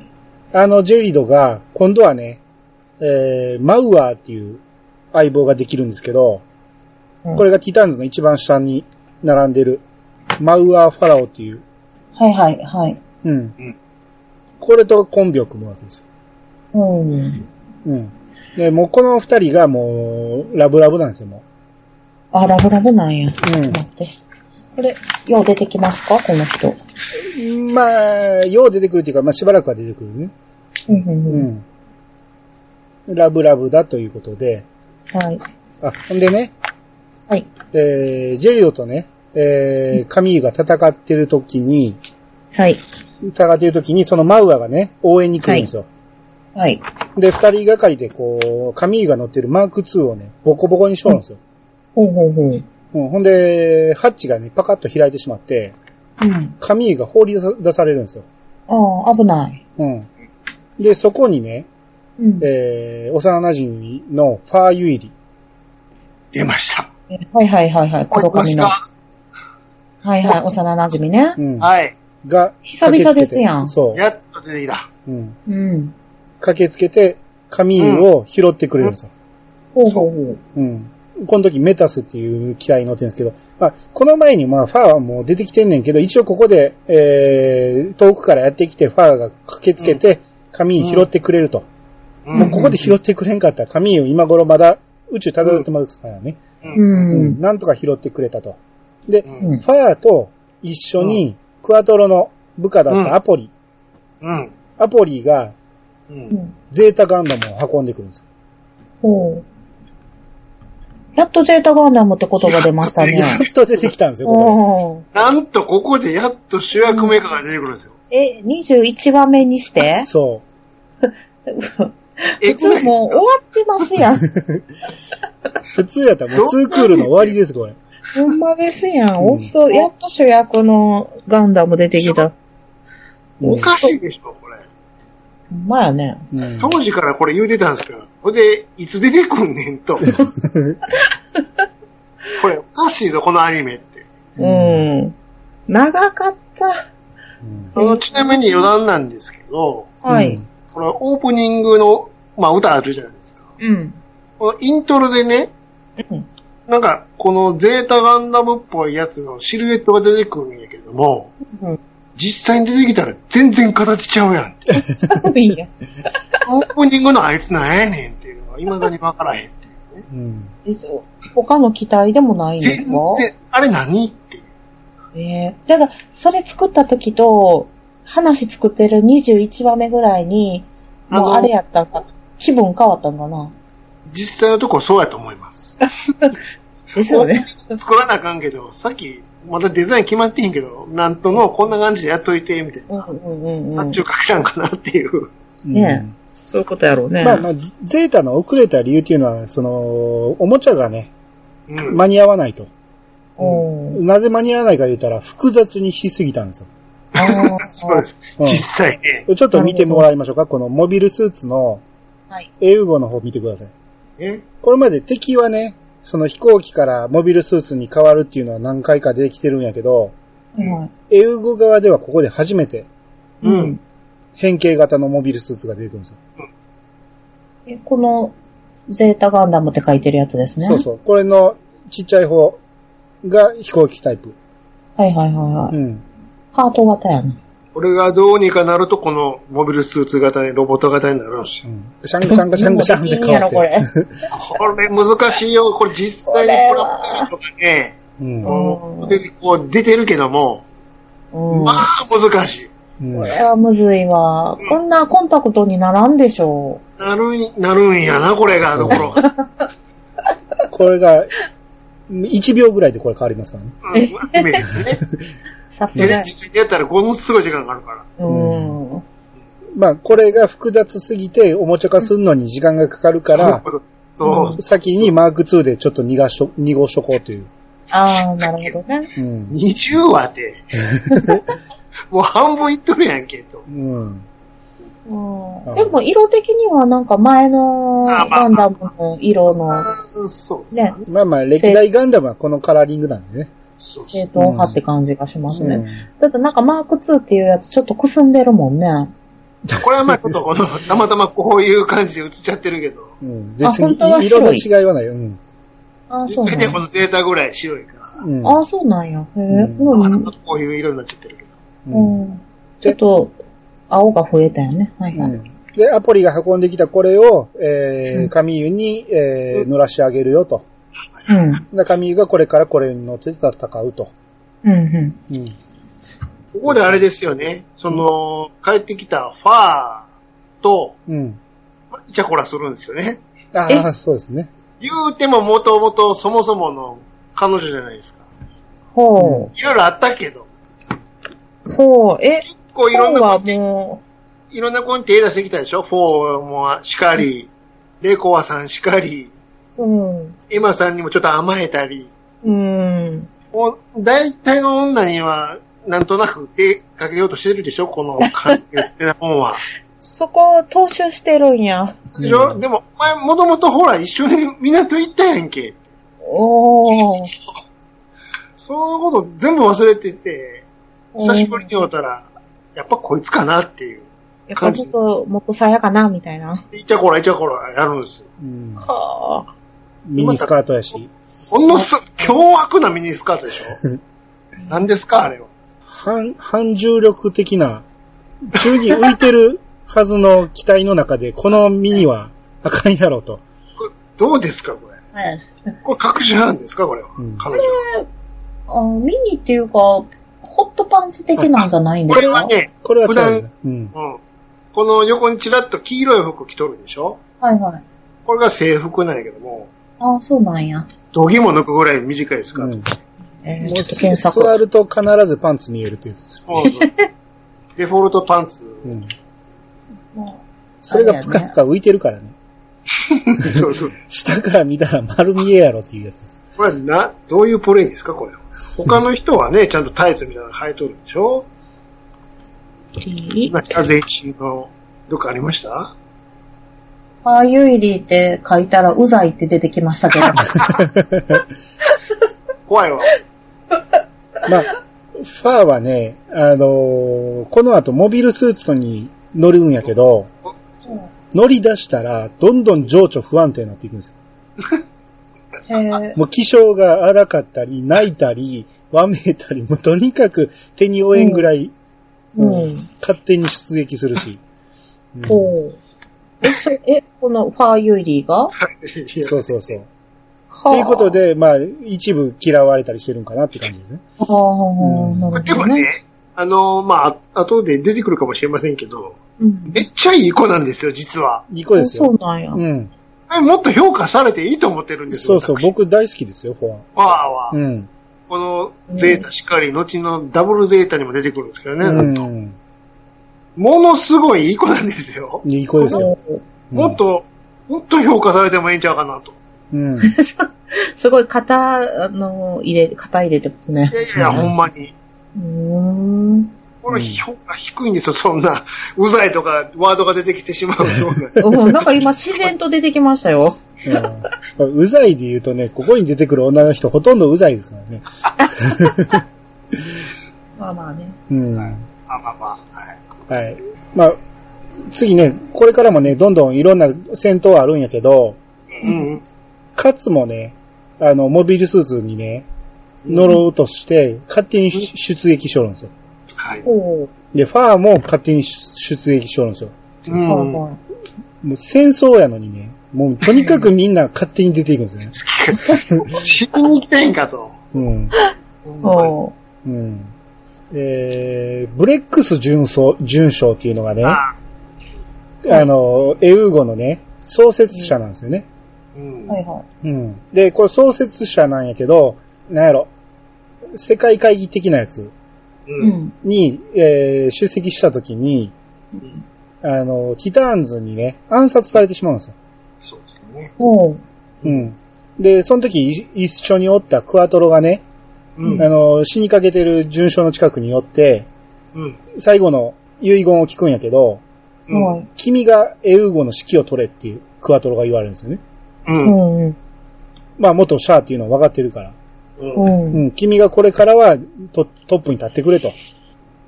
Speaker 1: あの、ジェリドが、今度はね、えー、マウアーっていう相棒ができるんですけど、
Speaker 2: うん
Speaker 1: これがティターンズの一番下に並んでる、マウアー・ファラオっていう、
Speaker 2: はいはいはい。
Speaker 1: うん。
Speaker 3: ん
Speaker 1: これとコンビを組むわけですよ。
Speaker 2: うん。
Speaker 1: うん。で、もうこの二人がもう、ラブラブなんですよ、も
Speaker 2: あ、ラブラブなんや。ちょっ
Speaker 1: うん
Speaker 2: と待って。これ、よう出てきますかこの人。
Speaker 1: まあ、よう出てくるっていうか、まあしばらくは出てくるね。
Speaker 2: うんうん
Speaker 1: う
Speaker 2: うん。
Speaker 1: ん。ラブラブだということで、
Speaker 2: はい。
Speaker 1: あ、ほんでね、
Speaker 2: はい。
Speaker 1: えー、ジェリオとね、えー、カミーユが戦ってる時に、
Speaker 2: はい。
Speaker 1: 戦ってる時に、そのマウアがね、応援に来るんですよ。
Speaker 2: はい。
Speaker 1: で、二人がかりでこう、カミーユが乗ってるマーク2をね、ボコボコにしとるんですよ。
Speaker 2: ほうほうほう。
Speaker 1: うん、ほんで、ハッチがね、パカッと開いてしまって、
Speaker 2: うん。
Speaker 1: カミーユが放り出されるんですよ。
Speaker 2: ああ、危ない。
Speaker 1: うん。で、そこにね、
Speaker 2: うん。
Speaker 1: えー、幼馴染のファーユイリ。
Speaker 3: 出ました。
Speaker 2: はいはいはいはい。
Speaker 3: 出
Speaker 2: 黒
Speaker 3: ま
Speaker 2: 髪
Speaker 3: し
Speaker 2: の。
Speaker 3: た。
Speaker 2: はいはい。幼馴染みね
Speaker 1: う。ん。
Speaker 3: はい。
Speaker 1: が、
Speaker 2: 久々ですや
Speaker 1: 駆け
Speaker 2: ん
Speaker 1: つけてそ
Speaker 3: やっと出てきた。
Speaker 1: う。うん。
Speaker 2: うん。
Speaker 1: 駆けつけて、カミーユを拾ってくれるんですよ。
Speaker 2: ほうほうほう。
Speaker 1: うん。この時メタスっていう機体に乗ってるんですけど、まあ、この前にまあ、ファーはもう出てきてんねんけど、一応ここで、えー、遠くからやってきて、ファーが駆けつけて、紙に拾ってくれると。
Speaker 3: うん
Speaker 1: もうここで拾ってくれんかったら、紙を今頃まだ宇宙漂ってますからね。
Speaker 2: う。
Speaker 1: うんなんとか拾ってくれたと。で、
Speaker 3: う。
Speaker 2: うんん。
Speaker 1: ファーと一緒に、クワトロの部下だったアポリ。
Speaker 3: うん。
Speaker 1: アポリが、
Speaker 3: うん
Speaker 2: うん。
Speaker 1: ゼータガンダムを運んでくるんですよ。
Speaker 2: ほう。やっとゼータガンダムって言葉出まし た
Speaker 1: やっ
Speaker 2: ね。
Speaker 1: と出てきたんですよ、ここ
Speaker 2: おー
Speaker 3: なんとここでやっと主役メカが出てくるんですよ。
Speaker 2: え、21話目にして
Speaker 1: で。そう。
Speaker 3: え
Speaker 2: 普通もう終わってますやん。
Speaker 1: 普通やったらもうツークールの終わりです、これ。
Speaker 2: ほんまですやん。
Speaker 1: うん
Speaker 2: 遅い。やっと主役のガンダム出てきた。
Speaker 1: うん
Speaker 3: おかしいでしょ、これ。
Speaker 2: ほんまやね。
Speaker 1: うん
Speaker 3: 当時からこれ言うてたんですけど、ほんで、いつ出てくんね んと。これおかしいぞ、このアニメって。
Speaker 2: うん。長かった。
Speaker 1: うん
Speaker 3: あのちなみに余談なんですけど、
Speaker 2: はい。。
Speaker 3: これオープニングの、まあ歌あるじゃないですか。
Speaker 2: うん。
Speaker 3: このイントロでね、
Speaker 2: うん
Speaker 3: なんか、このゼータガンダムっぽいやつのシルエットが出てくるんやけども、
Speaker 2: うん
Speaker 3: 実際に出てきたら全然形ちゃうやんって。
Speaker 2: いいや。
Speaker 3: オープニングのあいつなんやねんっていうのは未だにわからへんっていう。
Speaker 1: うん。
Speaker 2: 他の機体でもないんです
Speaker 3: 全
Speaker 2: か
Speaker 3: 然、あれ何っていう。
Speaker 2: ええだから、それ作った時と、話作ってる21話目ぐらいに、もうあれやったんか、気分変わったんかな。
Speaker 3: 実際のとこそうやと思います。
Speaker 2: ですよね。
Speaker 3: 作らなあかんけど、さっき、まだデザイン決まってへんけど、なんとのこんな感じでやっといて、みたい
Speaker 2: うん
Speaker 3: な。
Speaker 2: うんうん
Speaker 3: あ
Speaker 2: う
Speaker 3: っ
Speaker 2: ん
Speaker 3: ちゅ。うかけたんかなっていう。
Speaker 2: ねそういうことやろうね。
Speaker 1: まあまあ、ゼータの遅れた理由っていうのは、その、おもちゃがね、
Speaker 3: うん。
Speaker 1: 間に合わないと。
Speaker 2: うん。
Speaker 1: なぜ間に合わないか言ったら、複雑にしすぎたんですよ。
Speaker 2: あー
Speaker 3: そうです。
Speaker 1: うん
Speaker 3: 実際ね。
Speaker 1: ちょっと見てもらいましょうか。このモビルスーツの
Speaker 2: はい。
Speaker 1: 英語の方見てください。
Speaker 3: え
Speaker 1: これまで敵はね、その飛行機からモビルスーツに変わるっていうのは何回か出てきてるんやけど、
Speaker 2: はい
Speaker 1: 英語側ではここで初めて
Speaker 3: うん。
Speaker 1: 変形型のモビルスーツが出てくるんですよ。
Speaker 2: えこの、ゼータガンダムって書いてるやつですね。
Speaker 1: そうそう。これのちっちゃい方が飛行機タイプ。
Speaker 2: はいはいはいは
Speaker 1: う
Speaker 2: い。
Speaker 1: ん。
Speaker 2: ハート型やな。
Speaker 3: 俺がどうにかなると、このモビルスーツ型にロボット型になるんです
Speaker 1: う
Speaker 3: よ。
Speaker 1: ん。シャンガシャンガシャンガシャンって
Speaker 2: いいんや
Speaker 1: 変わ
Speaker 2: ろ、
Speaker 1: って。
Speaker 2: これ。
Speaker 3: これ難しいよ。これ実際に
Speaker 2: これ
Speaker 3: コラ
Speaker 2: は
Speaker 3: ボした人がね、
Speaker 1: うん。
Speaker 2: こ
Speaker 3: こうでこう出てるけども、
Speaker 2: うん。
Speaker 3: まあ難しい。
Speaker 1: うん
Speaker 2: これはむずいわ。こんなコンパクトにならんでしょ
Speaker 3: なるん、なるんやな、これが、ところが。
Speaker 1: これが、1秒ぐらいでこれ変わりますからね。
Speaker 3: うん、イメージね。
Speaker 2: う。さす
Speaker 3: でね
Speaker 2: が、
Speaker 3: 実際にやったら、このすごい時間がかかるから。
Speaker 2: うん。
Speaker 1: まあ、これが複雑すぎて、おもちゃ化するのに時間がかかるから、
Speaker 3: そう。
Speaker 1: 先にマーク2でちょっと逃がしと、濁しとこうという。
Speaker 2: ああ、なるほどね。
Speaker 1: うん。
Speaker 3: 20話で。もう半分いっとるやんけ、と。
Speaker 1: うん。
Speaker 2: うん、でも、色的にはなんか前のガンダムの色の
Speaker 3: あそうです
Speaker 2: ね、
Speaker 1: まあまあ、歴代ガンダムはこのカラーリングなんでね。
Speaker 3: そうそう
Speaker 2: 正統派って感じがしますね。
Speaker 1: うん
Speaker 2: だってなんかマーク2っていうやつちょっとくすんでるもんね。
Speaker 3: これはまあちょっとこの、たまたまこういう感じで映っちゃってるけど、
Speaker 1: うん。
Speaker 2: あ
Speaker 1: 別に
Speaker 2: 本当は
Speaker 1: 色
Speaker 2: 白
Speaker 1: の
Speaker 2: い
Speaker 1: 違いはない。うん。
Speaker 2: ああ、そう
Speaker 3: 実際
Speaker 2: なん
Speaker 3: にはこ
Speaker 2: や。
Speaker 3: のゼータぐらい白いから、
Speaker 1: うん。
Speaker 2: ああ、そうなんや。へえ、
Speaker 1: う
Speaker 2: うん
Speaker 3: たま
Speaker 2: ん
Speaker 3: たまこういう色になっちゃってるけど。
Speaker 1: うん
Speaker 2: うん。ちょっと、青が増えたよね。はいうはい。
Speaker 1: んで、アポリが運んできたこれを、えー、カミユに、えー、乗らしてあげるよと。
Speaker 3: はい
Speaker 2: うん。
Speaker 1: 中身がこれからこれに乗って戦うと。
Speaker 2: うん、うん。
Speaker 1: うん。
Speaker 3: ここであれですよね。その、帰ってきたファーと、
Speaker 1: うん。
Speaker 3: イチャコラするんですよね。
Speaker 1: ああ、そうですね。
Speaker 3: 言うてももともとそもそもの彼女じゃないですか。
Speaker 2: ほ
Speaker 3: いろいろあったけど、
Speaker 2: う。ほう。え、
Speaker 3: 結構いろん
Speaker 2: 本
Speaker 3: な
Speaker 2: は
Speaker 3: 子に、
Speaker 2: も
Speaker 3: いろんな子に手出してきたでしょ ?4 もしかり、レイコワさんしかり、
Speaker 2: う、うん。
Speaker 3: エマさんにもちょっと甘えたり、
Speaker 2: うん。
Speaker 3: もう大体の女にはなんとなく手かけようとしてるでしょこの関係ってな本は。
Speaker 2: そこを踏襲してるんや。
Speaker 3: でしょ、
Speaker 1: うん
Speaker 3: でも、お前、もともとほら、一緒に港行ったやんけ。
Speaker 2: おー。
Speaker 3: そのこと全部忘れてて、久しぶりに会ったら、やっぱこいつかなっていう。
Speaker 2: やっぱ僕、元さやかな、みたいな。
Speaker 3: いちゃこらいちゃこらやるんですよ。
Speaker 1: うん。
Speaker 2: はあ。
Speaker 1: ミニスカートやし。
Speaker 3: ほんのす、凶悪なミニスカートでしょ何ですかあれは。
Speaker 1: 反、反重力的な、宙に浮いてるはずの機体の中で、このミニはあかんやろと。
Speaker 3: どうですかこれ。
Speaker 2: はい。
Speaker 3: これ隠し犯ですかこれは。
Speaker 1: うん
Speaker 3: 彼女。
Speaker 2: あミニっていうか、ホットパンツ的なんじゃないんで
Speaker 3: こ
Speaker 2: す
Speaker 3: れ
Speaker 2: か
Speaker 3: はね、
Speaker 1: これは
Speaker 3: 普
Speaker 1: 違う
Speaker 3: 段
Speaker 1: ね。うん。
Speaker 3: うん。この横にちらっと黄色い服着とるでしょ
Speaker 2: はいはい。
Speaker 3: これが制服なんやけども、
Speaker 2: ああ、そうなんや。
Speaker 3: 度肝抜くぐらい短いですから。
Speaker 1: うん。
Speaker 2: えー、
Speaker 1: も
Speaker 2: ちょ
Speaker 1: う
Speaker 2: っと検索。
Speaker 1: 座ると必ずパンツ見えるっていう。
Speaker 3: そうそうデフォルトパンツ。
Speaker 1: うん。
Speaker 2: も
Speaker 1: それがぷかぷか浮いてるからね。
Speaker 3: そうそう。
Speaker 1: 下から見たら丸見えやろっていうやつです。
Speaker 3: これはな、どういうプレイですかこれは。他の人はね、ちゃんとタイツみたいなの履いとるでしょ
Speaker 2: うリー
Speaker 3: 今、北全身の、どっかありました
Speaker 2: ああ、ユイリーって書いたら、うざいって出てきま したけど。
Speaker 3: 怖いわ。
Speaker 1: まあ、ファーはね、あのーこの後モビルスーツに乗るんやけど、乗り出したら、どんどん情緒不安定になっていくんですよ。
Speaker 2: へえ。
Speaker 1: もう気性が荒かったり、泣いたり、わめいたり、もうとにかく手に負えんぐらい、
Speaker 2: うん。
Speaker 1: 勝手に出撃するし。うん
Speaker 2: ほう。え、そえ、このファーユイリーが
Speaker 1: そうそうそう。
Speaker 2: は
Speaker 1: ということ。で、まあ、一部嫌われたりしてるんかなって感じですね。
Speaker 2: はあ、はあ、なる
Speaker 3: で
Speaker 2: ほ
Speaker 3: も
Speaker 2: どね。
Speaker 3: ね、あのまあ、後で出てくるかもしれませんけど、
Speaker 2: うん
Speaker 3: めっちゃいい子なんですよ、実は。
Speaker 1: いい子です
Speaker 2: そ
Speaker 1: よ。
Speaker 2: うなんや。
Speaker 1: うん。
Speaker 3: えもっと評価されていいと思ってるんです
Speaker 1: そ
Speaker 3: よ。
Speaker 1: うそう、
Speaker 3: 私フ
Speaker 1: 僕大好きですよ、フォア。
Speaker 3: ァーは。
Speaker 1: うん。
Speaker 3: このゼータしっかり、後のダブルゼータにも出てくるんですけどね。
Speaker 1: うん。
Speaker 3: ものすごいいい子なんですよ。
Speaker 1: いい子ですよ。
Speaker 2: おー
Speaker 1: うん
Speaker 3: もっ。と、もっと評価されてもええんちゃうかなと。
Speaker 1: うん。
Speaker 2: すごい型、あの、入れ、型入れてますね
Speaker 3: い。やいや、
Speaker 1: うん
Speaker 3: ほんまに。
Speaker 2: うーん。
Speaker 3: この
Speaker 1: うん
Speaker 3: 評価低いんですよ、そんな。 うざいとか、ワードが出てきてしま うような。
Speaker 2: うんなんか今自然と出てきましたよ。
Speaker 1: うんうざいで言うとね、ここに出てくる女の人ほとんどうざいですからね。
Speaker 2: まあまあね。
Speaker 1: うん。
Speaker 3: まあまあまあ。はい。
Speaker 1: はい。まあ、次ね、これからもね、どんどんいろんな戦闘あるんやけど、
Speaker 3: うんうん。
Speaker 1: カツもね、あの、モビルスーツにね、乗ろうとして、勝手に出出撃しよるんですよ。
Speaker 3: はい。
Speaker 2: おう
Speaker 1: で、ファーも勝手に出出撃しよるんですよ。
Speaker 3: うん。
Speaker 2: はい
Speaker 3: 好
Speaker 2: はい
Speaker 1: もう戦争やのにね、もうとにかくみんな勝手に出ていくんですよね。
Speaker 3: きか。死に行きたいんかと。
Speaker 1: うん。
Speaker 2: お
Speaker 1: う
Speaker 2: う
Speaker 1: ん。えー、ブレックス準将、準将っていうのがね、あ
Speaker 3: ああ
Speaker 1: の、エウーゴのね、創設者なんですよね。
Speaker 3: うん。
Speaker 2: はいはい。
Speaker 1: うん。で、これ創設者なんやけど、なんやろ、世界会議的なやつ
Speaker 3: う。
Speaker 2: うんん。
Speaker 1: に、えー出席した時に、あの、ティターンズにね、暗殺されてしまうんですよ。
Speaker 3: そうですね。
Speaker 2: おう
Speaker 1: うん。で、その時い一緒におったクワトロがね、
Speaker 3: う
Speaker 1: あ
Speaker 3: ん。
Speaker 1: の、死にかけてる順将の近くに寄って、
Speaker 3: うん。
Speaker 1: 最後の遺言を聞くんやけど、
Speaker 3: うん。
Speaker 2: はい。
Speaker 1: 君がエウーゴの指揮を取れっていうクワトロが言われるんですよね。
Speaker 3: う。
Speaker 2: うんんうん。
Speaker 1: まあ元シャアっていうのは分かってるから。
Speaker 3: うん。
Speaker 2: うん。う
Speaker 1: うんん、君がこれからはトトップに立ってくれと。っ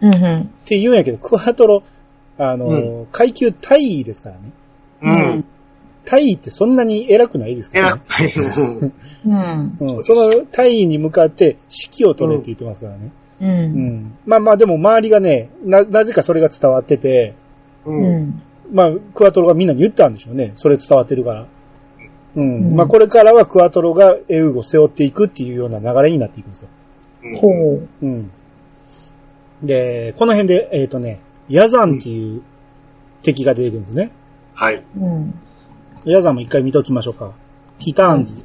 Speaker 2: うん。
Speaker 1: て言うんやけど、クワトロ、あのー、階級大位ですからね。
Speaker 3: うん。
Speaker 1: 大位ってそんなに偉くないですから
Speaker 3: 偉
Speaker 1: ね。
Speaker 3: くない。うん
Speaker 2: うん。
Speaker 1: うん、その大位に向かって指揮を取れって言ってますからね。
Speaker 2: う
Speaker 1: うん。
Speaker 2: ん。
Speaker 1: まあまあでも周りがね、な、なぜかそれが伝わってて、
Speaker 3: う。
Speaker 2: うんん。
Speaker 1: まあ、クワトロがみんなに言ったんでしょうね。それ伝わってるから。うん。
Speaker 2: うん
Speaker 1: まあ、これからはクアトロがエウゴを背負っていくっていうような流れになっていくんですよ。
Speaker 2: ほ
Speaker 3: うん
Speaker 2: う。
Speaker 1: うん。で、この辺で、えっ、とね、ヤザンっていう敵が出てくるんですね。
Speaker 3: はい。
Speaker 2: うん。
Speaker 1: ヤザンも一回見ときましょうか。ティターンズ、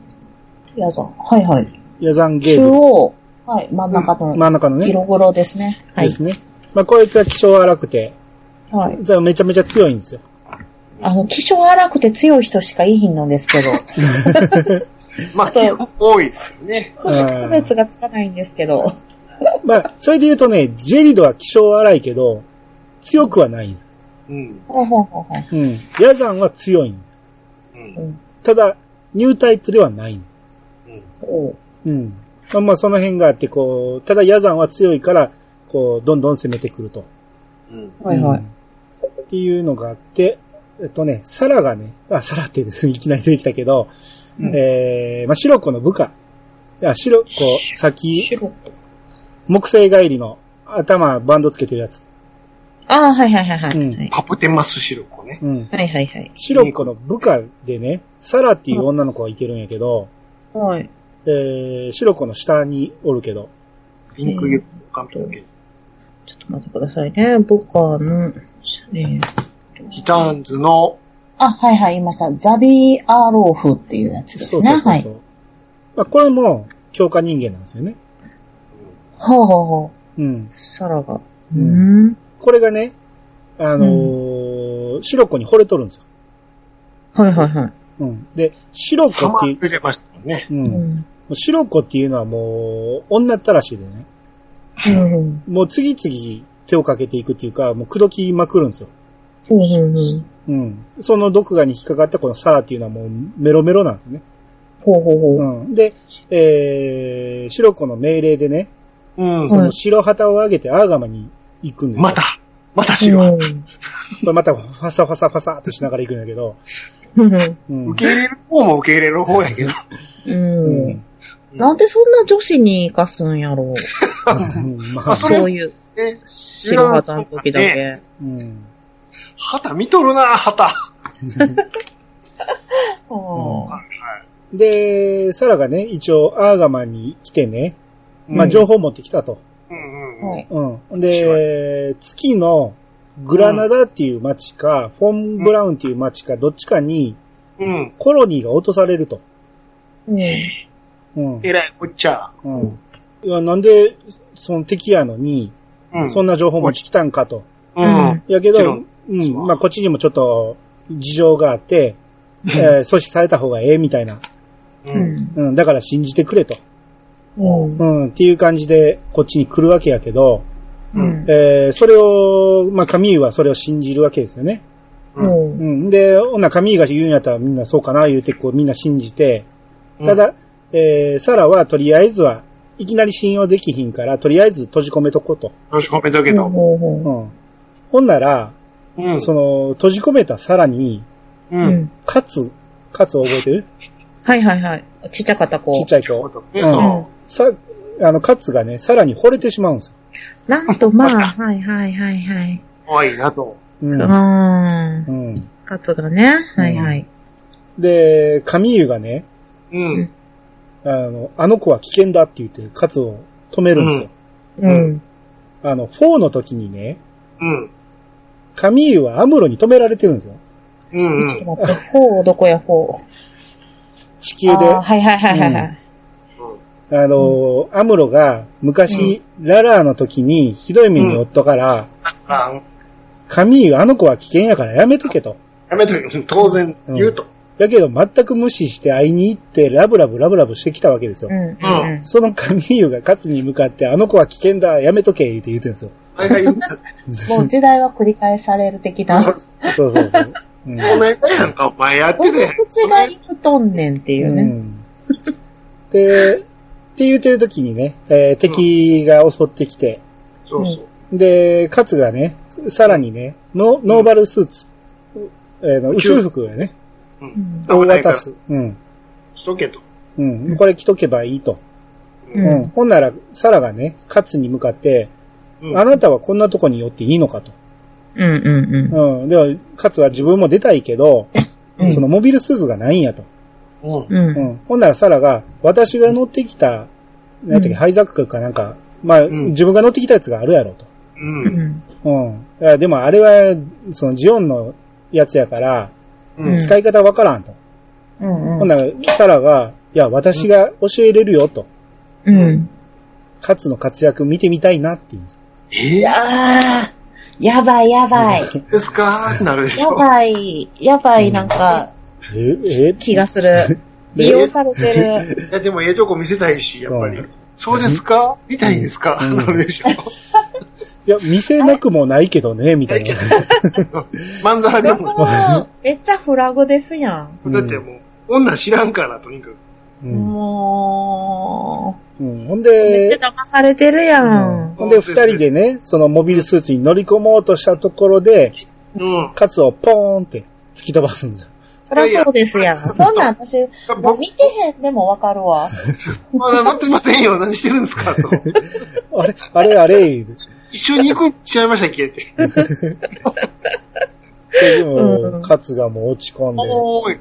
Speaker 2: やだ。はいはい。
Speaker 1: ヤザンゲ
Speaker 2: 中
Speaker 1: ー
Speaker 2: 央。はい。真ん中
Speaker 1: ブ、
Speaker 2: の
Speaker 1: 真ん中のね、
Speaker 2: 色黒ですね。は
Speaker 1: で
Speaker 2: い
Speaker 1: す。ね。まあ、こいつは気性荒くて、
Speaker 2: はい。
Speaker 1: めちゃめちゃ強いんですよ。
Speaker 2: あの、気性荒くて強い人しかいいひんのですけ ど。
Speaker 3: まあ、
Speaker 2: そう
Speaker 3: 多いですよね。
Speaker 2: 区別がつかないんですけど。
Speaker 1: まあ、それで言うとね、ジェリドは気性荒いけど、強くはない。
Speaker 3: うん。
Speaker 2: ほうほうほうほう。
Speaker 1: うん。ヤザンは強い。
Speaker 3: うん。
Speaker 1: ただ、ニュータイプではない。
Speaker 3: うん。
Speaker 2: おう
Speaker 1: うん。まあまあ、その辺があって、こう、ただヤザンは強いから、こう、どんどん攻めてくると。
Speaker 3: うん。
Speaker 2: はいは
Speaker 1: う
Speaker 2: い。
Speaker 1: んっていうのがあって、えっとね、サラがね、あ、サラって いきなり出てきたけど、
Speaker 2: うん
Speaker 1: えー、まあ、シロコの部下。いや、シロコ、さっき、
Speaker 2: 白。
Speaker 1: 木星帰りの頭、バンドつけてるやつ。
Speaker 2: ああ、はいはいはいはい。
Speaker 1: うん
Speaker 2: はい
Speaker 3: パプテマスシロコね。
Speaker 1: うん。
Speaker 2: はいはいはい。
Speaker 1: シロコの部下でね、サラっていう女の子がいてるんやけど、
Speaker 2: はい。
Speaker 1: えー、シロコの下におるけど、
Speaker 3: ピンク色の髪の毛。
Speaker 2: ちょっと待ってくださいね。僕は、の、えー
Speaker 3: ティターンズの、
Speaker 2: あ、はいはい、言いました。ザビー・アーローフっていうやつです
Speaker 1: そうそうそ
Speaker 2: ね。
Speaker 1: うそう。
Speaker 2: はい。
Speaker 1: まあ、これも、強化人間なんですよね。
Speaker 2: ほうほうほ
Speaker 1: うん。
Speaker 2: う。サラが。
Speaker 1: う
Speaker 2: うんん。
Speaker 1: これがね、あのーシロコに惚れとるんですよ。
Speaker 2: はいはいは
Speaker 1: うん。で、シロ
Speaker 3: サ
Speaker 1: コ
Speaker 3: マ
Speaker 1: ってい
Speaker 3: ー
Speaker 1: う、
Speaker 3: 出てましたもんね。
Speaker 1: う。
Speaker 2: い。うんん。
Speaker 1: シロコっていうのはもう、女ったらしいでね、
Speaker 2: うん。
Speaker 1: もう次々手をかけていくっていうか、もう口説きまくるんですよ。
Speaker 2: うんうんうん。
Speaker 1: うん。その毒牙に引っかかったこのサラっていうのはもうメロメロなんですね。
Speaker 2: ほうほうほう。
Speaker 1: うん。で、えー、シロコの命令でね、
Speaker 3: うん
Speaker 1: その白旗を上げてアーガマに行くんですよ。
Speaker 3: また、またシロコ。
Speaker 1: まあまた、ファサファサファサってしながら行くんだけど、
Speaker 2: うん。
Speaker 1: うん。
Speaker 3: 受け入れる方も受け入れる方やけど。
Speaker 2: う
Speaker 1: うんん。
Speaker 2: なんでそんな女子に生かすんやろ
Speaker 1: う
Speaker 2: う。
Speaker 1: んま
Speaker 3: あ
Speaker 1: あ、
Speaker 3: それ
Speaker 2: そういう
Speaker 3: ね、
Speaker 2: 白旗の時だけ。
Speaker 1: うん。
Speaker 3: 旗見とるな、旗。
Speaker 1: ん
Speaker 2: あ
Speaker 1: で、サラがね、一応、アーガマンに来てね、まあ、
Speaker 2: うん
Speaker 1: 情報持ってきたと。
Speaker 3: うん
Speaker 2: ー
Speaker 3: うん
Speaker 2: は
Speaker 3: う
Speaker 1: う
Speaker 2: い。
Speaker 3: ん。
Speaker 1: ん。で、月のグラナダっていう町か、フォン・ブラウンっていう町か、どっちかに
Speaker 3: うん。
Speaker 1: コロニーが落とされると。
Speaker 2: うん。
Speaker 1: うん。
Speaker 3: えらいこっちゃ。
Speaker 1: うん。いや、なんで、その敵やのに、
Speaker 3: うん。
Speaker 1: そんな情報持ってきたんかと。
Speaker 3: うん。
Speaker 1: やけ
Speaker 3: も
Speaker 1: ど
Speaker 3: ちろ、ん
Speaker 1: うん。まあ、こっちにもちょっと、事情があ って、えー阻止された方がええみたいな。
Speaker 2: う
Speaker 3: うん。
Speaker 2: ん。
Speaker 1: うん。だから信じてくれと。
Speaker 2: うん。
Speaker 1: うん。っていう感じで、こっちに来るわけやけど、
Speaker 2: うん。
Speaker 1: えーそれを、まあ、カミーユはそれを信じるわけですよね。
Speaker 2: うん。
Speaker 1: うん。で、ほな、カミーユが言うんやったらみんなそうかな、言うて、こう、みんな信じて、ただ、えーサラはとりあえずは、いきなり信用できひんから、とりあえず閉じ込めとこうと。
Speaker 3: うん、閉じ込めたけ
Speaker 2: ほう
Speaker 3: ど。
Speaker 2: ほうほ
Speaker 1: うん。ほんなら、
Speaker 3: うん。
Speaker 1: その、閉じ込めたサラに、
Speaker 3: う。
Speaker 2: う。うんん。
Speaker 1: カツ、カツ覚えてる
Speaker 2: はいはいはい。ちっちゃかった子。
Speaker 1: ちっちゃい
Speaker 3: そう
Speaker 1: 子。
Speaker 3: だね、そ
Speaker 1: さ、あの、カツがね、サラに惚れてしまうんですよ。
Speaker 2: なんと、まあ、はいはいはいはい。
Speaker 3: う。可愛いなと。
Speaker 1: う。
Speaker 2: うんーん。
Speaker 1: うん。
Speaker 2: カツがね。はいはい。
Speaker 1: で、カミーユがね、
Speaker 3: うん。
Speaker 1: あの、あの子は危険だって言って、カツを止めるんですよ。
Speaker 2: う
Speaker 3: うんん。
Speaker 1: あの、4の時にね、
Speaker 3: うん。
Speaker 1: カミーユはアムロに止められてるんですよ。
Speaker 3: うん。う
Speaker 2: ち
Speaker 3: ん。
Speaker 2: ょっと待って、ほう、どこや、ほう。
Speaker 1: 地球で、
Speaker 2: あー
Speaker 1: あ
Speaker 2: はいはいはいはいはい。
Speaker 1: の、アムロが昔、ララーの時にひどい目に負ったから、
Speaker 3: あうん
Speaker 1: カミーユあの子は危険やからやめとけと。
Speaker 3: やめとけ。うん当然言うと。
Speaker 1: だけど全く無視して会いに行ってラブラブラブラブしてきたわけですよ。
Speaker 2: うんうん
Speaker 1: そのカミーユがカツに向かって、あの子は危険だ、やめとけ、って言ってるんですよ。
Speaker 3: 毎回言うた。こ
Speaker 2: うん。もう時代は繰り返される的な。
Speaker 1: そうそうそう。うん
Speaker 3: の間やんか、お前やっ
Speaker 2: こ
Speaker 3: て
Speaker 2: の
Speaker 3: たやん。
Speaker 2: 口がいくとんねんっていう
Speaker 1: う
Speaker 2: ね。
Speaker 1: ん。で、って言ってる時にね、えー敵が襲ってきて、
Speaker 3: そうそう。
Speaker 1: で、カツがね、さらにね、ノノーバルスーツ、えーの宇
Speaker 3: 宇宙
Speaker 1: 宙服がね、
Speaker 3: う。
Speaker 2: うんん
Speaker 1: を渡す。うん。
Speaker 3: しとけと。
Speaker 1: うん。これ着とけばいいと。
Speaker 2: う
Speaker 1: うんん。ほんなら、サラがね、カツに向かって、
Speaker 3: うん
Speaker 1: あなたはこんなとこに寄っていいのかと。
Speaker 2: うんうん
Speaker 1: うん。では、カツは自分も出たいけど、
Speaker 2: うん。
Speaker 1: そのモビルスーツがないんやと。
Speaker 3: うん。
Speaker 2: う。
Speaker 1: うんん。ほんならサラが、私が乗ってきた、なんやったっけ、
Speaker 2: うん
Speaker 1: ハイザックかなんか、まあ、
Speaker 3: ん
Speaker 1: 自分が乗ってきたやつがあるやろと。
Speaker 3: う。
Speaker 2: うんん。
Speaker 1: うん。いやでもあれは、そのジオンのやつやから、
Speaker 3: うん。
Speaker 1: 使い方わからんと。
Speaker 2: うん。
Speaker 1: ほんなら、サラが、いや、私が教えれるよと。
Speaker 2: うん。
Speaker 1: カツの活躍見てみたいなって言うんです。
Speaker 3: え
Speaker 2: い
Speaker 3: え
Speaker 2: やー、やばいやばい。
Speaker 3: ですかーってなるでし
Speaker 2: や
Speaker 3: ょ。
Speaker 2: ばい、やばいなんか
Speaker 1: え、え、
Speaker 2: 気がする。利用されてる。
Speaker 3: いや、でもええとこ見せたいし、やっぱ
Speaker 1: う
Speaker 3: り
Speaker 1: ん。
Speaker 3: そうですか見たいんですか
Speaker 1: うん
Speaker 3: なるで しょ。
Speaker 1: いや、見せなくもないけどね、みたいな。
Speaker 3: まんざらで
Speaker 2: でも
Speaker 3: も。、
Speaker 2: めっちゃフラグですやん。
Speaker 1: うん
Speaker 3: だってもう、女知らんから、とにかく。
Speaker 1: うん。
Speaker 2: も
Speaker 1: うん、ほん
Speaker 2: う、めっ
Speaker 1: で
Speaker 2: ち、ゃ騙されてるや
Speaker 1: うん
Speaker 2: ん。
Speaker 1: ほんで、二人でね、そのモビルスーツに乗り込もうとしたところで、
Speaker 3: うん。
Speaker 1: カツをポーンって突き飛ばすんですよ。
Speaker 2: そりゃそうですやん。そんなん私、もう
Speaker 3: 僕
Speaker 2: 見てへんでもわかるわ。
Speaker 3: まだ乗ってませんよ。何してるんで すかと。
Speaker 1: あれ、あれ、あれ、
Speaker 3: 一緒に行くんちゃいましたっけって。
Speaker 1: で、で
Speaker 2: う
Speaker 1: も、
Speaker 2: ん
Speaker 1: カツがもう落ち込んで、
Speaker 3: おーい。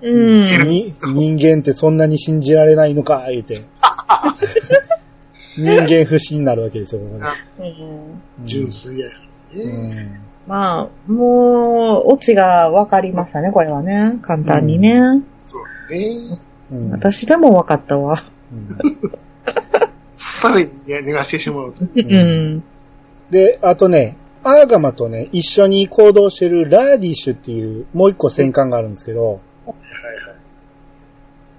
Speaker 2: うん。
Speaker 1: に、人間ってそんなに信じられないのか、言うて。人間不信になるわけですよ、ここで
Speaker 3: あ
Speaker 2: うん
Speaker 1: うん
Speaker 3: 純粋や。
Speaker 1: うん
Speaker 2: まあ、もう、オチがわかりましたね、これはね。簡単にね。
Speaker 3: そうね。
Speaker 1: うんうん
Speaker 2: 私でもわかったわ。
Speaker 3: さらに逃がしてしまうと。
Speaker 2: うん。うん
Speaker 1: で、あとね、アーガマとね、一緒に行動してるラーディッシュっていう、もう一個戦艦があるんですけど、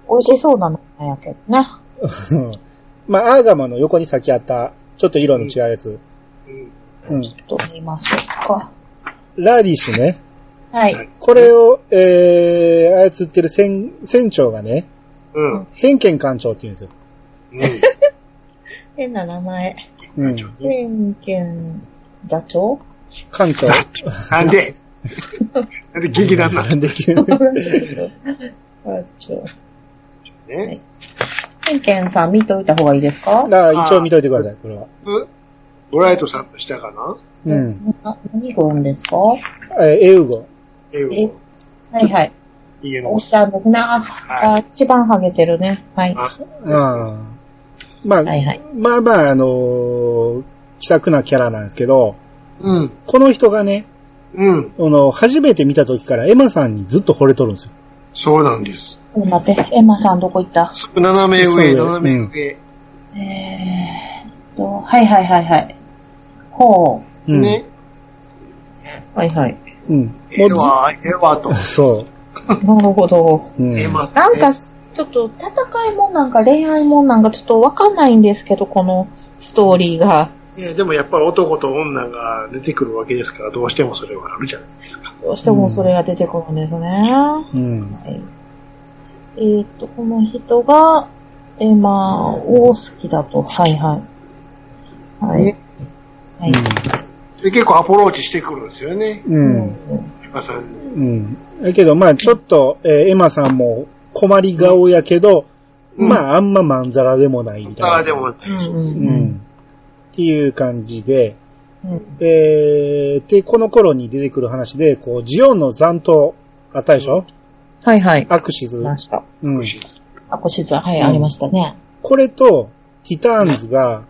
Speaker 2: 美味しそうなのなんやけどね。
Speaker 1: まあ、アーガマの横に先あった、ちょっと色の違うやつ。
Speaker 3: うん。
Speaker 1: うん。
Speaker 2: ちょっと見ましょうか。
Speaker 1: ラーディッシュね、
Speaker 2: はい。
Speaker 1: これを、えー、操ってる船、船長がね、
Speaker 3: うん。
Speaker 1: 偏見艦長って言うんですよ。
Speaker 3: うん。
Speaker 2: 変な名前。
Speaker 1: うん。
Speaker 2: 天権座長
Speaker 1: 艦長。
Speaker 3: なんでなんで劇団な
Speaker 1: なんで急に。
Speaker 2: 座長。
Speaker 3: のね。
Speaker 2: 天権さん見といた方がいいですか
Speaker 1: だから一応見といてく ださい、これは。
Speaker 3: ブライトさんとしたかな
Speaker 1: うん。
Speaker 2: な何軍ですかは
Speaker 1: えー、エウゴ。
Speaker 3: 英語。
Speaker 2: いはい。
Speaker 3: 家の
Speaker 2: おっ。しゃんですね。あ、
Speaker 3: は
Speaker 2: あ一番ハゲてるね。はい。
Speaker 3: あ
Speaker 1: うん。まあ、
Speaker 2: はいはい。
Speaker 1: まあまあ、あのー気さくなキャラなんですけど、
Speaker 3: うん。
Speaker 1: この人がね、
Speaker 3: うん。
Speaker 1: あの、初めて見た時からエマさんにずっと惚れとるんですよ。
Speaker 3: そうなんです。
Speaker 2: ちょっと待って、エマさんどこ行った
Speaker 3: 斜め上、斜め上。
Speaker 2: えーっと、はいはいはいはい。ほ
Speaker 1: うん。
Speaker 3: ね。
Speaker 2: う。はいはい。
Speaker 1: うん。
Speaker 3: ええ
Speaker 1: も
Speaker 3: わ、ええわと
Speaker 1: う。ず、 そ
Speaker 2: なるほど。
Speaker 1: う。うん。
Speaker 3: ええますね。
Speaker 2: なんか、ちょっと戦いもんなんか恋愛もんなんかちょっとわかんないんですけど、このストーリーが。
Speaker 3: いや、でもやっぱり男と女が出てくるわけですから、どうしてもそれはあるじゃないですか。
Speaker 2: どうしてもそれが出てくるんですね。は
Speaker 1: うん。
Speaker 2: い、えーっと、この人が、えー、まあ、を好きだと。はいはい。はい
Speaker 3: ね。
Speaker 2: はい。
Speaker 3: で結構アプローチしてくるんですよね、
Speaker 1: う。
Speaker 2: うん
Speaker 3: エマさんに。
Speaker 1: うん。だけど、まあ、ちょっと、えーエマさんも困り顔やけど、
Speaker 3: うん
Speaker 1: まあ、あんままんざらでもないみたい
Speaker 3: た
Speaker 1: な。
Speaker 3: らでもないし。
Speaker 2: ん
Speaker 1: う。ん。っていう感じで、
Speaker 2: うん。
Speaker 1: えー、で、この頃に出てくる話で、こう、ジオンの残党あったでしょ
Speaker 2: はいはい。あ
Speaker 1: アクシズ
Speaker 2: り。ました。
Speaker 1: うん。
Speaker 2: あ、こしず、はい、
Speaker 1: うん
Speaker 2: ありましたね。
Speaker 1: これと、ティターンズが、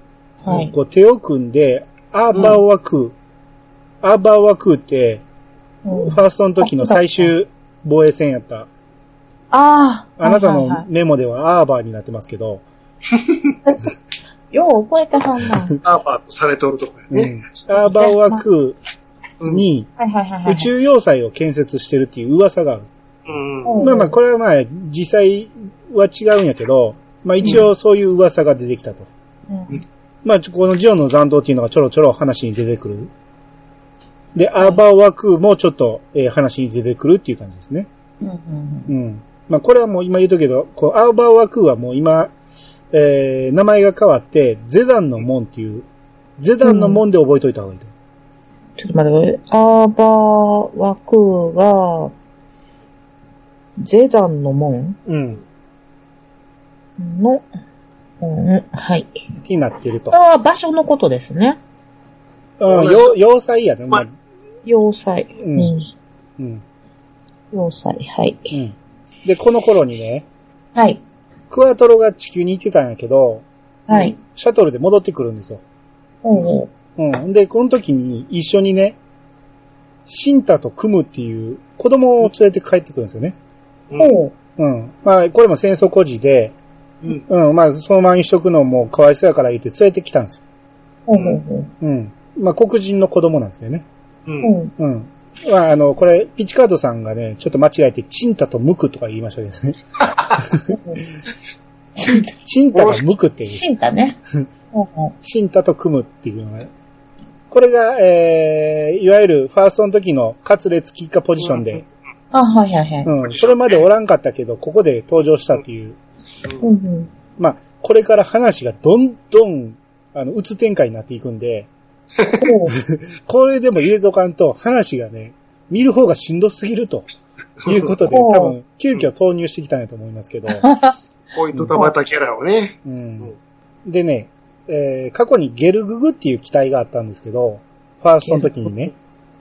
Speaker 2: はい。
Speaker 1: こう手を組んで、アーバーワクー、アーバーワクーって、
Speaker 2: う
Speaker 1: フ
Speaker 2: ん
Speaker 1: ァーストの時の最終防衛戦やった。
Speaker 2: ああ。
Speaker 1: あなた
Speaker 2: はいはい
Speaker 1: の
Speaker 2: は
Speaker 1: メモではアーバーになってますけど、
Speaker 2: いよう覚えたはんな。はい
Speaker 3: アーバーとされとるとこや
Speaker 1: うん
Speaker 3: ね。
Speaker 1: アーバーワクーに
Speaker 2: はいはいはいはい。
Speaker 1: 宇宙要塞を建設してるっていう噂がある。
Speaker 3: うん。
Speaker 2: うん
Speaker 1: まあまあ、これはまあ、実際は違うんやけど、まあ一応そういう噂が出てきたと。
Speaker 2: うん。
Speaker 1: まあ、ちょこのジオンの残党っていうのがちょろちょろ話に出てくる。で、アーバーワクーもちょっと、えー話に出てくるっていう感じですね。
Speaker 2: うんうん
Speaker 1: うん。まあ、これはもう今言うとくけど、こう、アーバーワクーはもう今、えー、名前が変わって、ゼダンの門っていう、ゼダンの門で覚えといた方がいいと。
Speaker 2: ちょっと待って、アーバー枠が、ゼダンの門
Speaker 1: うん。
Speaker 2: の、うん、はい。
Speaker 1: ってなってると。
Speaker 2: ああ、場所のことですね。
Speaker 1: うん、要、要塞やね。まあ、
Speaker 2: 要塞。
Speaker 1: う
Speaker 2: うんん。
Speaker 1: うん。
Speaker 2: 要塞、はい。
Speaker 1: うん。で、この頃にね、
Speaker 2: はい。
Speaker 1: クワトロが地球に行ってたんやけど、
Speaker 2: はい。
Speaker 1: シャトルで戻ってくるんですよ。
Speaker 2: おう
Speaker 1: うん。で、この時に一緒にね、シンタとクムっていう子供を連れて帰ってくるんですよね。
Speaker 3: うん
Speaker 2: おう
Speaker 1: うん。まあ、これも戦争孤児で、
Speaker 3: うん。
Speaker 1: うん。まあ、そのままにしとくのもかわいそうやから言って連れてきたんですよ。
Speaker 2: おうおう
Speaker 1: うん。まあ、黒人の子供なんですけどね。
Speaker 3: う
Speaker 2: お
Speaker 3: ん。
Speaker 2: う
Speaker 1: うん。まあ、あの、これ、ピッチカートさんがね、ちょっと間違えて、チンタとムクとか言いましたけどね。チンタがムクっていう。
Speaker 2: 死んだね。おうおう
Speaker 1: シンタと組むっていうのが、これが、えー、いわゆるファーストの時のカツレツキッカポジションで、
Speaker 2: あ、はいはいはい。
Speaker 1: うん、それまでおらんかったけど、ここで登場したっていう、
Speaker 2: うんうん。
Speaker 1: まあ、これから話がどんどん、あの、うつ展開になっていくんで、
Speaker 2: おう
Speaker 1: これでも入れとかんと話がね、見る方がしんどすぎるということ で、
Speaker 2: おう
Speaker 1: 多分、急遽投入してきたんやと思います けど、
Speaker 3: こういうドタバタキャラをね。
Speaker 1: うん。でね、えー、過去にゲルググっていう機体があったんですけど、ファーストの時にね、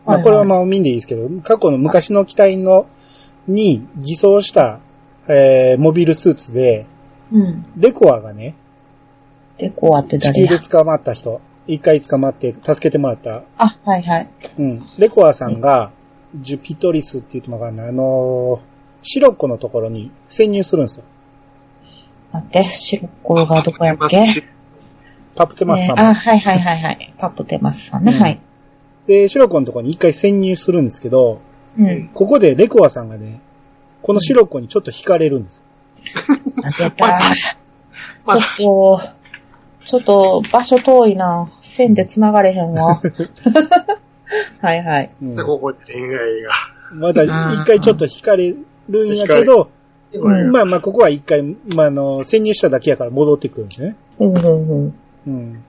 Speaker 1: まあ、これはまあ見んでいいですけど、過去の昔の機体の、に偽装した、えー、モビルスーツで、
Speaker 2: うん。
Speaker 1: レコアがね、
Speaker 2: で、こうやって
Speaker 1: 地
Speaker 2: 誰
Speaker 1: 球で
Speaker 2: や
Speaker 1: 捕まった人、一回捕まって助けてもらった、
Speaker 2: あ、はいはい。
Speaker 1: うん。レコアさんが、ジュピトリスって言ってもわかんない、あのー、シロッコのところに潜入するんですよ。
Speaker 2: 待って、白っ子がどこやっけ
Speaker 3: ね
Speaker 1: パプテマスさんも。
Speaker 2: ねあ、はいはいはいはい。パップテマスさんね、
Speaker 1: うん
Speaker 2: はい。
Speaker 1: で、シロッコのところに一回潜入するんですけど、
Speaker 2: うん。
Speaker 1: ここでレコアさんがね、このシロッコにちょっと惹かれるんですよ。
Speaker 2: あ、出た。
Speaker 3: まだ
Speaker 2: ちょっと、ちょっと場所遠いな。線で繋がれへんわ。はいはい。
Speaker 1: うん
Speaker 3: で、ここで恋愛が。
Speaker 1: まだ一回ちょっと惹かれるんやけど、
Speaker 3: これ
Speaker 2: うん
Speaker 1: まあまあここは一回、まああの、潜入しただけやから戻ってくるんですね。
Speaker 2: うんうんうん。
Speaker 1: うん。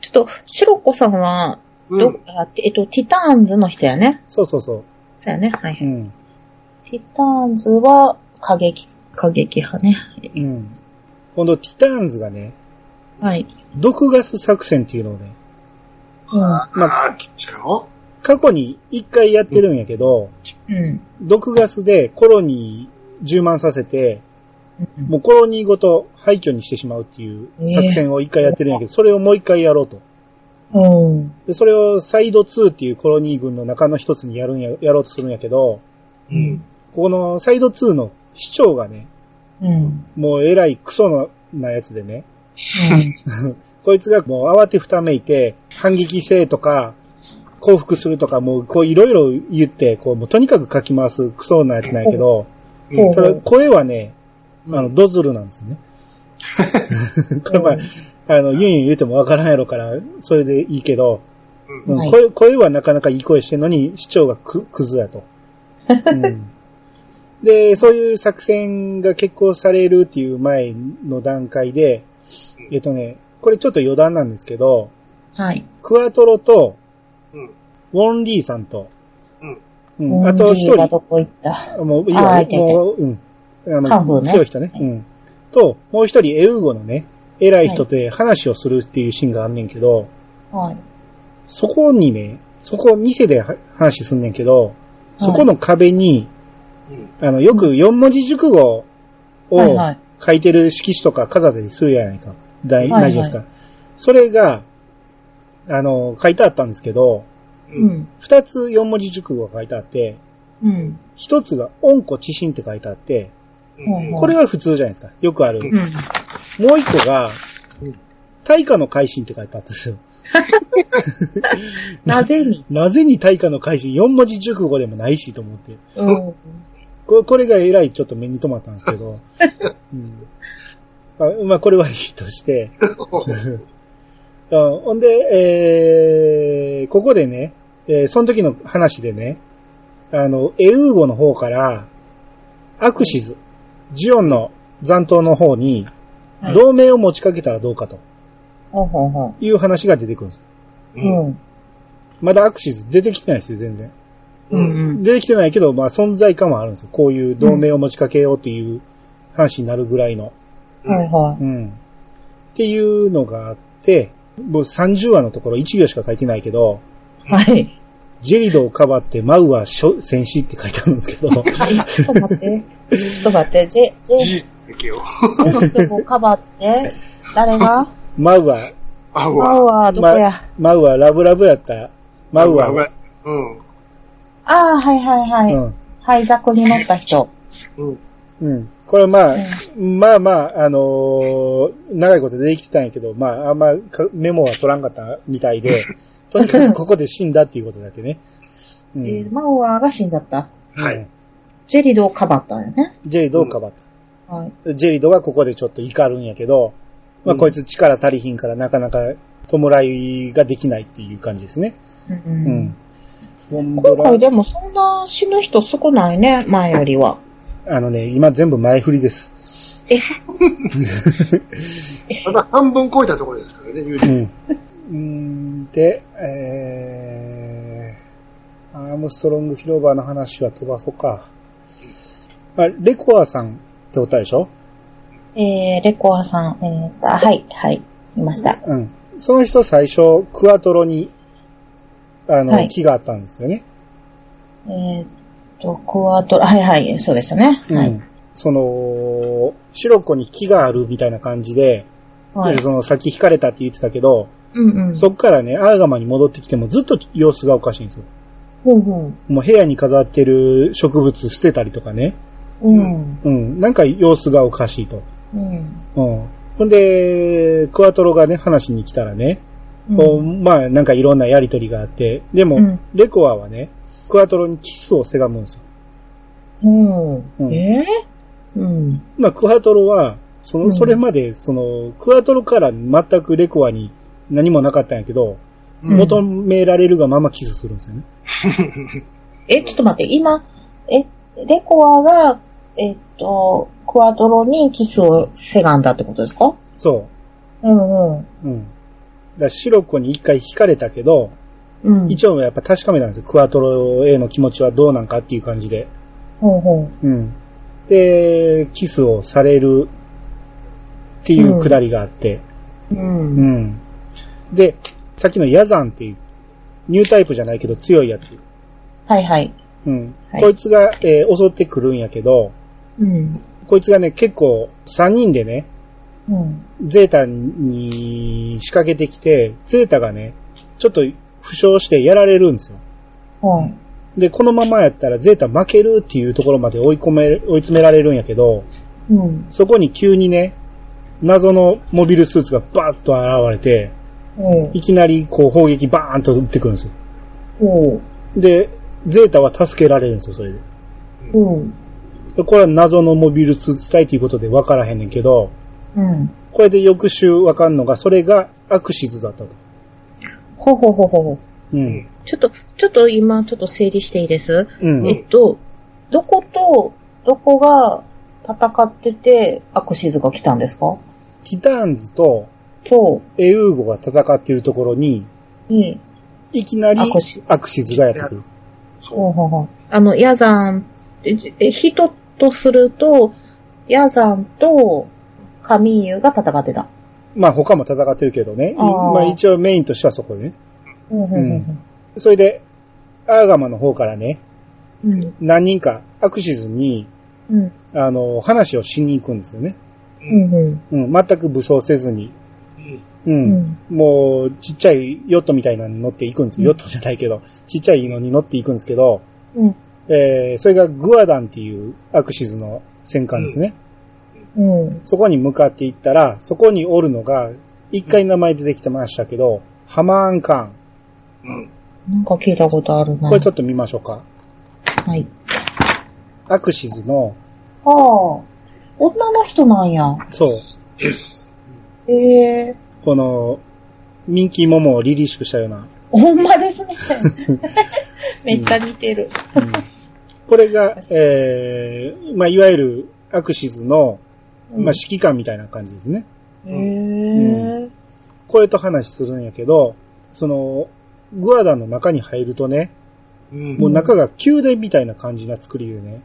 Speaker 2: ちょっと、シロコさんは、
Speaker 3: う
Speaker 2: ど、
Speaker 3: ん。
Speaker 2: あえっと、ティターンズの人やね。
Speaker 1: そうそうそ
Speaker 2: そうやね。はいは
Speaker 1: う。う
Speaker 2: い。
Speaker 1: ん。
Speaker 2: ティターンズは、過激、過激派ね。
Speaker 1: うん。今度ティターンズがね、
Speaker 2: はい。
Speaker 1: 毒ガス作戦っていうのをね、
Speaker 2: う
Speaker 1: ま
Speaker 3: ああ、来ましたよ。
Speaker 1: 過去に一回やってるんやけど、
Speaker 2: ん。うん。
Speaker 1: 毒ガスでコロニー充満させて、
Speaker 2: うん
Speaker 1: もうコロニーごと廃墟にしてしまうっていう作戦を一回やってるんやけど、それをもう一回やろうと。
Speaker 2: うん。
Speaker 1: で、それをサイド2っていうコロニー軍の中の一つにやるんや、やろうとするんやけど、
Speaker 3: うん。
Speaker 1: このサイド2の市長がね、
Speaker 2: うん。
Speaker 1: もうえらいクソのなやつでね、
Speaker 2: うん
Speaker 1: こいつがもう慌てふためいて、反撃せえとか、降伏するとか、もうこういろいろ言って、こうもうとにかくかき回すクソなやつなんやけど、
Speaker 3: うん
Speaker 1: ただ声はね、
Speaker 3: うん
Speaker 1: あの、ドズルなんですよね。これまあ、あの、ユンユン言うてもわからんやろから、それでいいけど、
Speaker 3: うん。
Speaker 1: うん
Speaker 2: はい
Speaker 1: 声声はなかなかいい声してるのに、市長がく、クズや と、うんで、そういう作戦が決行されるっていう前の段階で、えっとね、これちょっと余談なんですけど、
Speaker 2: はい。
Speaker 1: クワトロと、
Speaker 3: うん。
Speaker 1: ウォンリーさんと、
Speaker 3: うん
Speaker 1: うんあと一
Speaker 2: が
Speaker 1: 人、
Speaker 2: どこ行った
Speaker 1: もういい
Speaker 2: あ
Speaker 1: わ
Speaker 2: ーいけいけ
Speaker 1: もう、うん。あ
Speaker 2: カンフーね
Speaker 1: 強い人ね。うん。と、もう一人、エウゴのね、偉い人と話をするっていうシーンがあんねんけど、
Speaker 2: はい。
Speaker 1: そこにね、そこ店では話すんねんけど、そこの壁に、
Speaker 3: うん。
Speaker 1: あの、よく四文字熟語
Speaker 2: はい
Speaker 1: を
Speaker 2: はい。
Speaker 1: 書いてる色紙とか飾ったりするやないか。大
Speaker 2: はいは
Speaker 1: 大
Speaker 2: い
Speaker 1: 丈夫ですか。それが、あの、書いてあったんですけど、
Speaker 2: う
Speaker 3: うん。
Speaker 2: ん。
Speaker 1: 二つ四文字熟語が書いてあって、
Speaker 2: うん。
Speaker 1: 一つが温故知新って書いてあって、
Speaker 3: うん。
Speaker 1: これは普通じゃないですか。よくある。
Speaker 3: う
Speaker 2: うん。
Speaker 1: もう一個が
Speaker 3: うん、
Speaker 1: 対価の改新って書いてあったんですよ。
Speaker 2: なぜに。
Speaker 1: なぜに対価の改新四文字熟語でもないしと思って。
Speaker 2: うん。
Speaker 1: これこれがえらいちょっと目に留まったんですけど。 うんあまあ、これはいいとして。うんほんで、えー、ここでね、えーその時の話でね、あの、エウーゴの方から、アクシズ、ジオンの残党の方に
Speaker 2: は、い
Speaker 1: 同盟を持ちかけたらどうかと
Speaker 2: ほうほうほ
Speaker 1: いう話が出てくるんです。
Speaker 2: う。うん。
Speaker 1: まだアクシズ出てきてないですよ、全然。
Speaker 2: うんうん。
Speaker 1: 出てきてないけど、まあ存在感はあるんですよ。こういう同盟を持ちかけようっていう話になるぐらいの。
Speaker 2: はいは
Speaker 1: うん。っていうのがあって、もう30話のところ1行しか書いてないけど、
Speaker 2: い。はい。
Speaker 1: ジェリドをかばってマウは初戦死って書いてあるんですけ ど、
Speaker 2: ちょっと待って。ちょっと待って。ジェ、ジェ、
Speaker 3: じだけよ。
Speaker 2: ジェの曲をカバーって、誰が
Speaker 1: マウは、
Speaker 3: あう
Speaker 2: マウ
Speaker 3: わ。
Speaker 2: はどこや、
Speaker 1: マウはラブラブやった、マウは、
Speaker 3: うん。
Speaker 2: ああ、はいはいはい。
Speaker 1: うん、
Speaker 2: はい、ザクに乗った人。
Speaker 3: うん。
Speaker 1: うん。これはまあ、まあまあ、あのー長いこと出てきてたんやけど、まあ、あんまかメモは取らんかったみたい で、とにかくここで死んだっていうことだけね。う
Speaker 2: え
Speaker 1: ん。
Speaker 2: ーマウアーが死んじゃった。
Speaker 3: は
Speaker 1: うん
Speaker 3: い。
Speaker 2: ジェリドをかばったんよね。
Speaker 1: ジェリドをかばった。
Speaker 2: はい。
Speaker 1: ジェリドはここでちょっと怒るんやけど、まあ、
Speaker 3: うん
Speaker 1: こいつ力足りひんからなかなか弔いができないっていう感じですね。
Speaker 2: うん
Speaker 1: う
Speaker 2: うんん。。
Speaker 1: ゴンド
Speaker 2: 今
Speaker 1: ラ
Speaker 2: 回、でもそんな死ぬ人少ないね、前よりは。
Speaker 1: あのね、今全部前振りです。
Speaker 2: え、
Speaker 3: まだ半分超えたところですからね、友
Speaker 1: う
Speaker 3: 人。
Speaker 1: んうん。で、えー、アームストロング広場の話は飛ばそうか。あ、レコアさんっておったでしょ
Speaker 2: えー、レコアさん、えーっと、はい、はい、いました。
Speaker 1: うん。その人最初、クアトロに、あの、
Speaker 2: はい
Speaker 1: 木があったんですよね。
Speaker 2: えーっと、コアトラ、はいはい、そうですね。
Speaker 1: う
Speaker 2: は
Speaker 1: ん
Speaker 2: い。。
Speaker 1: その、白子に木があるみたいな感じで、
Speaker 2: はい
Speaker 1: で。その、さっき引かれたって言ってたけど、
Speaker 2: うんうん。
Speaker 1: そっからね、アーガマに戻ってきてもずっと様子がおかしいんですよ。
Speaker 2: ほうほ
Speaker 1: もう部屋に飾ってる植物捨てたりとかね。
Speaker 2: う。うん。
Speaker 1: うん。なんか様子がおかしいと。
Speaker 2: うん。
Speaker 1: うん。ほんで、クワトロがね、話に来たらね、
Speaker 2: う。
Speaker 1: こうんまあ、なんかいろんなやりとりがあって、でも、
Speaker 2: うん
Speaker 1: レコアはね、クワトロにキスをせがむんですよ。
Speaker 2: う
Speaker 1: うん
Speaker 2: ん。えーうん。
Speaker 1: まあ、クワトロは、その、
Speaker 2: うん
Speaker 1: それまで、その、クワトロから全くレコアに何もなかったんやけど、
Speaker 2: うん
Speaker 1: 求められるがままキスするんですよね。
Speaker 2: え、ちょっと待って、今、え、レコアが、えっと、クアトロにキスをせがんだってことですか
Speaker 1: そ
Speaker 2: うんうん。
Speaker 1: う。うん。だからシロコに一回惹かれたけど、
Speaker 2: うん。
Speaker 1: 一応やっぱ確かめたんですよ。クワトロへの気持ちはどうなんかっていう感じで。
Speaker 2: ほうほ
Speaker 1: うん。で、キスをされるっていうくだりがあって、
Speaker 2: う。う。
Speaker 1: うんん。で、さっきのヤザンっていう、ニュータイプじゃないけど強いやつ。
Speaker 2: はいはい。
Speaker 1: うん。
Speaker 2: はい
Speaker 1: こいつが、えー襲ってくるんやけど、
Speaker 2: うん。
Speaker 1: こいつがね、結構3人でね、
Speaker 2: うん。
Speaker 1: ゼータに仕掛けてきて、ゼータがね、ちょっと負傷してやられるんですよ。
Speaker 2: はい。
Speaker 1: で、このままやったらゼータ負けるっていうところまで追い込め、追い詰められるんやけど、
Speaker 2: うん。
Speaker 1: そこに急にね、謎のモビルスーツがバーッと現れて、
Speaker 2: うん。
Speaker 1: いきなりこう砲撃バーンと撃ってくるんですよ。
Speaker 2: ほう。
Speaker 1: で、ゼータは助けられるんですよ、それで。
Speaker 2: うん。
Speaker 1: でこれは謎のモビルスーツ体ということで分からへんねんけど、
Speaker 2: うん。
Speaker 1: これで翌週分かんのが、それがアクシズだったと。
Speaker 2: ほうほうほうほう。
Speaker 1: うん。
Speaker 2: ちょっと、ちょっと今、ちょっと整理していいです、
Speaker 1: うん。
Speaker 2: えっと、どこと、どこが戦ってて、アクシズが来たんですか
Speaker 1: ティターンズと
Speaker 2: と、
Speaker 1: エウーゴが戦っているところに、
Speaker 2: に、
Speaker 1: いきなり
Speaker 2: アクシ
Speaker 1: アクシズがやってくる。
Speaker 3: そ
Speaker 2: ほうほうほうあの、ヤザン、ええ人とすると、ヤザンとカミーユが戦ってた。
Speaker 1: まあ他も戦ってるけどね。
Speaker 2: あー
Speaker 1: まあ一応メインとしてはそこでね。
Speaker 2: うんうんうん
Speaker 1: それで、アーガマの方からね、
Speaker 2: うん。
Speaker 1: 何人かアクシズに、
Speaker 2: うん。
Speaker 1: あの、話をしに行くんですよね。
Speaker 3: う。
Speaker 2: う。んうん。
Speaker 1: うん、全く武装せずに。
Speaker 3: う
Speaker 1: う。
Speaker 3: ん
Speaker 2: うんん。
Speaker 1: もう、ちっちゃいヨットみたいなのに乗っていくんです。
Speaker 2: うん
Speaker 1: ヨットじゃないけど、ちっちゃいのに乗っていくんですけど、
Speaker 2: うん。
Speaker 1: えー、それがグアダンっていうアクシズの戦艦ですね。
Speaker 2: うん。
Speaker 1: そこに向かっていったら、そこにおるのが、一回名前出てきてましたけど、ハマーンカーン。
Speaker 3: うん。
Speaker 2: なんか聞いたことあるな。
Speaker 1: これちょっと見ましょうか。
Speaker 2: はい。
Speaker 1: アクシズの、
Speaker 2: ああ。女の人なんや。
Speaker 1: そう、
Speaker 3: です。
Speaker 2: ええ
Speaker 1: この、ミンキーモモをリリしくしたような。
Speaker 2: ほんまですね。 めっちゃ似てる。
Speaker 1: うんこれが、えー、まあ、いわゆるアクシズの、
Speaker 2: うん
Speaker 1: まあ、指揮官みたいな感じですね。
Speaker 2: へえ
Speaker 1: んこれと話するんやけど、その、グアダの中に入るとね、
Speaker 3: うん
Speaker 1: もう中が宮殿みたいな感じな作りでね、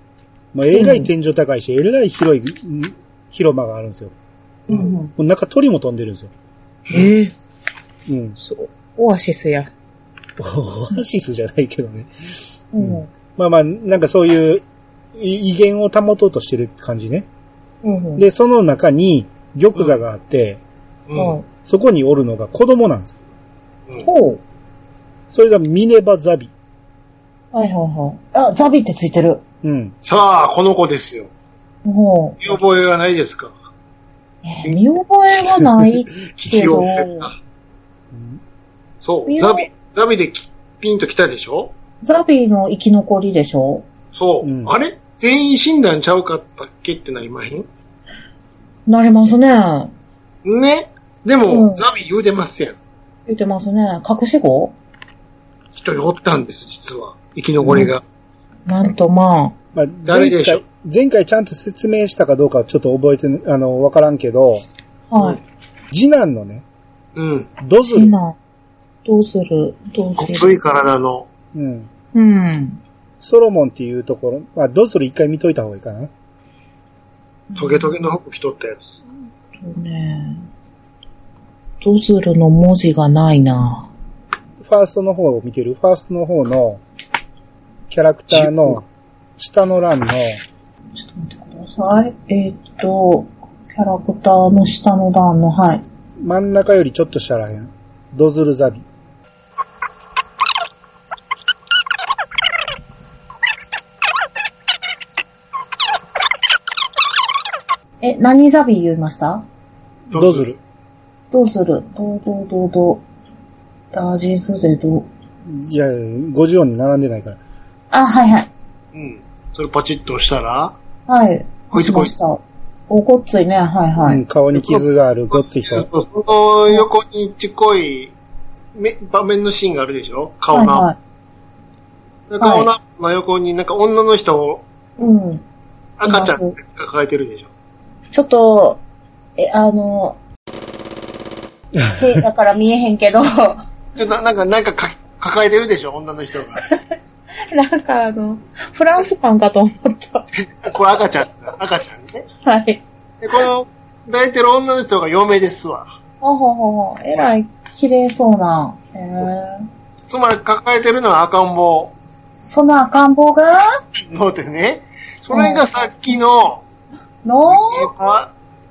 Speaker 1: まあ、えらい天井高いし、えらい広いん広間があるんですよ。
Speaker 2: うんうん
Speaker 1: もう中鳥も飛んでるんですよ。
Speaker 2: へえ
Speaker 1: うん。
Speaker 2: そう。オアシスや。
Speaker 1: オアシスじゃないけどね。
Speaker 2: うん。うん。
Speaker 1: まあまあ、なんかそういうい威厳を保とうとしてるって感じね。
Speaker 2: うん。
Speaker 1: で、その中に玉座があって、
Speaker 3: うん。
Speaker 2: はい
Speaker 1: そこにおるのが子供なんですよ。
Speaker 3: うん
Speaker 2: ほう。
Speaker 1: それがミネバザビ。
Speaker 2: はいはいはい。あ、ザビってついてる。
Speaker 1: うん。
Speaker 3: さあ、この子ですよ。
Speaker 2: も
Speaker 3: 見覚えがないですか
Speaker 2: う、えー見覚えは ないけ
Speaker 3: 気
Speaker 2: ど
Speaker 3: を、そう。
Speaker 2: 見
Speaker 3: ザ
Speaker 2: 覚
Speaker 3: ビ
Speaker 2: え、
Speaker 3: ザビできピンと来たでしょ
Speaker 2: ザビの生き残りでしょ
Speaker 3: そう。
Speaker 1: うん
Speaker 3: あれ全員診断ちゃうかったっけってなりまへん
Speaker 2: なりますね。
Speaker 3: ねでも、
Speaker 2: うん
Speaker 3: ザビ言うてますやん。
Speaker 2: 言ってますね。隠し子
Speaker 3: 一人おったんです、実は。生き残りが。
Speaker 2: なんとま
Speaker 1: まあ、
Speaker 3: ダメ
Speaker 1: 前
Speaker 3: でしょ
Speaker 1: 回、前回ちゃんと説明したかどうかはちょっと覚えてな、あの、わからんけど、
Speaker 2: あ、はい。
Speaker 1: 次男のね、
Speaker 3: うん。
Speaker 1: ドズル。
Speaker 2: 今、どうするどう
Speaker 3: ご
Speaker 2: す
Speaker 3: つい
Speaker 2: る
Speaker 3: 体の。
Speaker 1: うん。
Speaker 2: うん。
Speaker 1: ソロモンっていうところ、まあ、ドズル一回見といた方がいいかな。
Speaker 3: トゲトゲの服着とったやつ。
Speaker 2: そうね。ドズルの文字がないな。
Speaker 1: ファーストの方を見てるファーストの方の、キャラクターの、下の欄の、
Speaker 2: ちょっと待ってください。えーっと、キャラクターの下の段の、はい。
Speaker 1: 真ん中よりちょっと下らへん。ドズルザビ。
Speaker 2: え、何ザビ言いました
Speaker 1: ドズル。
Speaker 2: どうするどうどうどうどう。ダージーズでどう。
Speaker 1: いや、50音に並んでないから。
Speaker 2: あ、はいはい。
Speaker 3: うん。それパチッと押したら、
Speaker 2: はい。
Speaker 3: こいつ
Speaker 2: しました。おごっついね。はいは
Speaker 1: うん、
Speaker 2: い。
Speaker 1: 顔に傷があるごっつい人。
Speaker 3: そうその横にちっこいめ場面のシーンがあるでしょ顔
Speaker 2: はい
Speaker 3: の。
Speaker 2: はい。
Speaker 3: で顔のの横になんか女の人を
Speaker 2: うん。
Speaker 3: 赤ちゃん抱えてるでしょ
Speaker 2: ちょっと、え、あ の、せいだから見えへんけど、な
Speaker 3: でななんか、なんかか抱えてるでしょ女の人が。
Speaker 2: んかあの、フランスパンかと思った。
Speaker 3: これ赤ちゃん、赤ちゃんね。
Speaker 2: はい。
Speaker 3: で、この抱いてる女の人が嫁ですわ。
Speaker 2: ほほほほ。えらい、綺麗そうな。えー、
Speaker 3: つまり抱えてるのは赤ん坊
Speaker 2: そんな赤ん坊が
Speaker 3: のでね。それがさっきの、
Speaker 2: の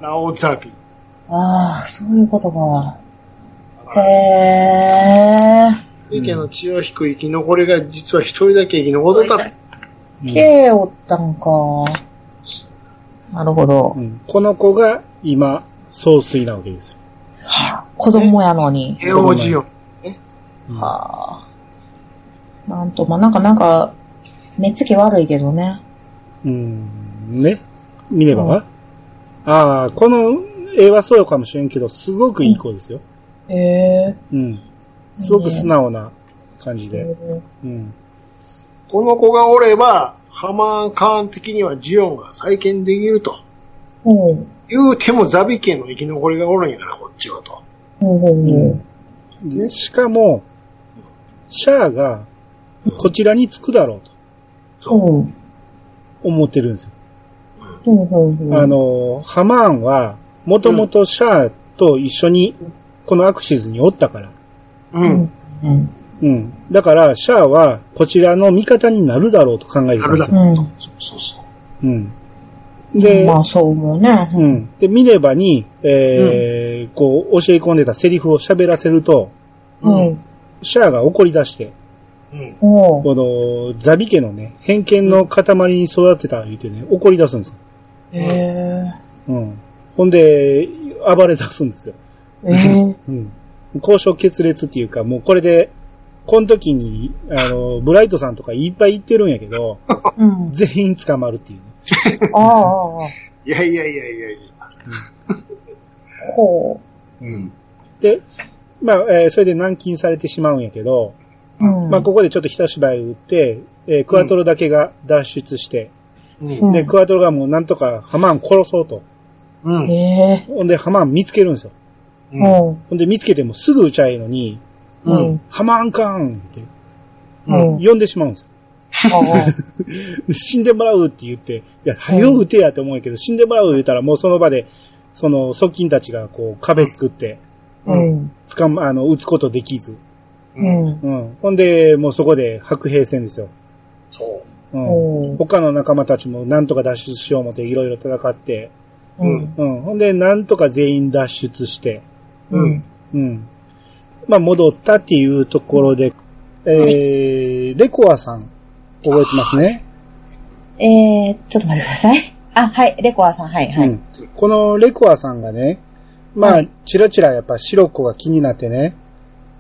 Speaker 3: ラオザビ。
Speaker 2: ああ、そういうことか。へー。
Speaker 3: 池の血を引く生き残りが実は一人だけ生き残っとった。
Speaker 1: うん
Speaker 2: K おったんか。なるほど
Speaker 1: う。んこの子が今、総帥なわけですよ。
Speaker 2: 子供やのに。
Speaker 3: ヘオジオン。
Speaker 2: はあ。なんと、まあ、なんか、なんか、目つき悪いけどね。
Speaker 1: うん、ね。見ればは、ああ、この絵はそうかもしれんけど、すごくいい子ですよ。
Speaker 2: へえ。
Speaker 1: うん。すごく素直な感じで。うん。
Speaker 3: この子がおれば、ハマーン・カーン的にはジオンが再建できると。
Speaker 2: ほう。
Speaker 3: 言うてもザビ家の生き残りがおるんやから、こっちはと。
Speaker 2: ほうほうほ
Speaker 1: でしかも、シャアが、こちらに着くだろうと
Speaker 2: う。ほう。
Speaker 1: 思ってるんですよ。
Speaker 2: ほうほうほう。
Speaker 1: あ、の、ハマーンは、もともとシャアと一緒に、このアクシズにおったから。
Speaker 3: う
Speaker 2: うんん。。うん。
Speaker 1: うん。だから、シャアは、こちらの味方になるだろうと考えてたんですよ
Speaker 3: なるだろ
Speaker 2: うん。
Speaker 3: そうそう。
Speaker 1: うん。で、
Speaker 2: まあ、そう思うね。
Speaker 1: う。ん。で、ミネバに、えーこう、教え込んでたセリフを喋らせると、
Speaker 2: うん。
Speaker 1: シャアが怒り出して、
Speaker 3: うん。
Speaker 2: ほう。
Speaker 1: この、ザビ家のね、偏見の塊に育てた言うてね、怒り出すんですよ。
Speaker 2: へえ。
Speaker 1: うん。ほんで、暴れ出すんですよ。
Speaker 2: ええ。
Speaker 1: うん。交渉決裂っていうか、もうこれで、この時に、あの、ブライトさんとかいっぱい言ってるんやけど、
Speaker 2: うん。
Speaker 1: 全員捕まるっていうね。
Speaker 2: ああああ。
Speaker 3: いやいやいやいやいや。
Speaker 2: ほ
Speaker 3: うん。
Speaker 1: で、まあ、えーそれで軟禁されてしまうんやけど、
Speaker 2: う。うん。
Speaker 1: まあ、ここでちょっと一芝居打って、えークワトロだけが脱出して、
Speaker 3: うん。
Speaker 1: で、クワトロがもうなんとかハマーン殺そうと。
Speaker 3: う
Speaker 2: へ
Speaker 3: ん。
Speaker 2: え。
Speaker 1: ほんで、ハマーン見つけるんですよ。
Speaker 3: うん。
Speaker 2: ほう。
Speaker 1: ほんで、見つけてもすぐ撃ちゃえのに、
Speaker 2: う
Speaker 3: うん
Speaker 2: ん。
Speaker 1: ハマーンカーンって
Speaker 2: うん。
Speaker 1: 呼んでしまうんですよ。
Speaker 2: ああ。
Speaker 1: で死んでもらうって言って、いや、早う撃てやと思うんやけど、死んでもらう言うたらもうその場で、その、側近たちがこう壁作って、
Speaker 2: うん。
Speaker 1: つかま、あの、撃つことできず。
Speaker 2: うん。
Speaker 1: うん。ほんで、もうそこで白兵戦ですよ。
Speaker 3: そう。
Speaker 1: うん。
Speaker 2: うん。
Speaker 1: 他の仲間たちもなんとか脱出しよう思っていろいろ戦って、
Speaker 2: うん。
Speaker 1: うん。ほんで、なんとか全員脱出して、
Speaker 2: うん。
Speaker 1: うん。まあ、戻ったっていうところで、えー、レコアさん、覚えてますね。
Speaker 2: えー、ちょっと待ってください。あ、はい、レコアさん、はい、は
Speaker 1: う
Speaker 2: い。
Speaker 1: ん。このレコアさんがね、まあ、ちらちらやっぱ白子が気になってね、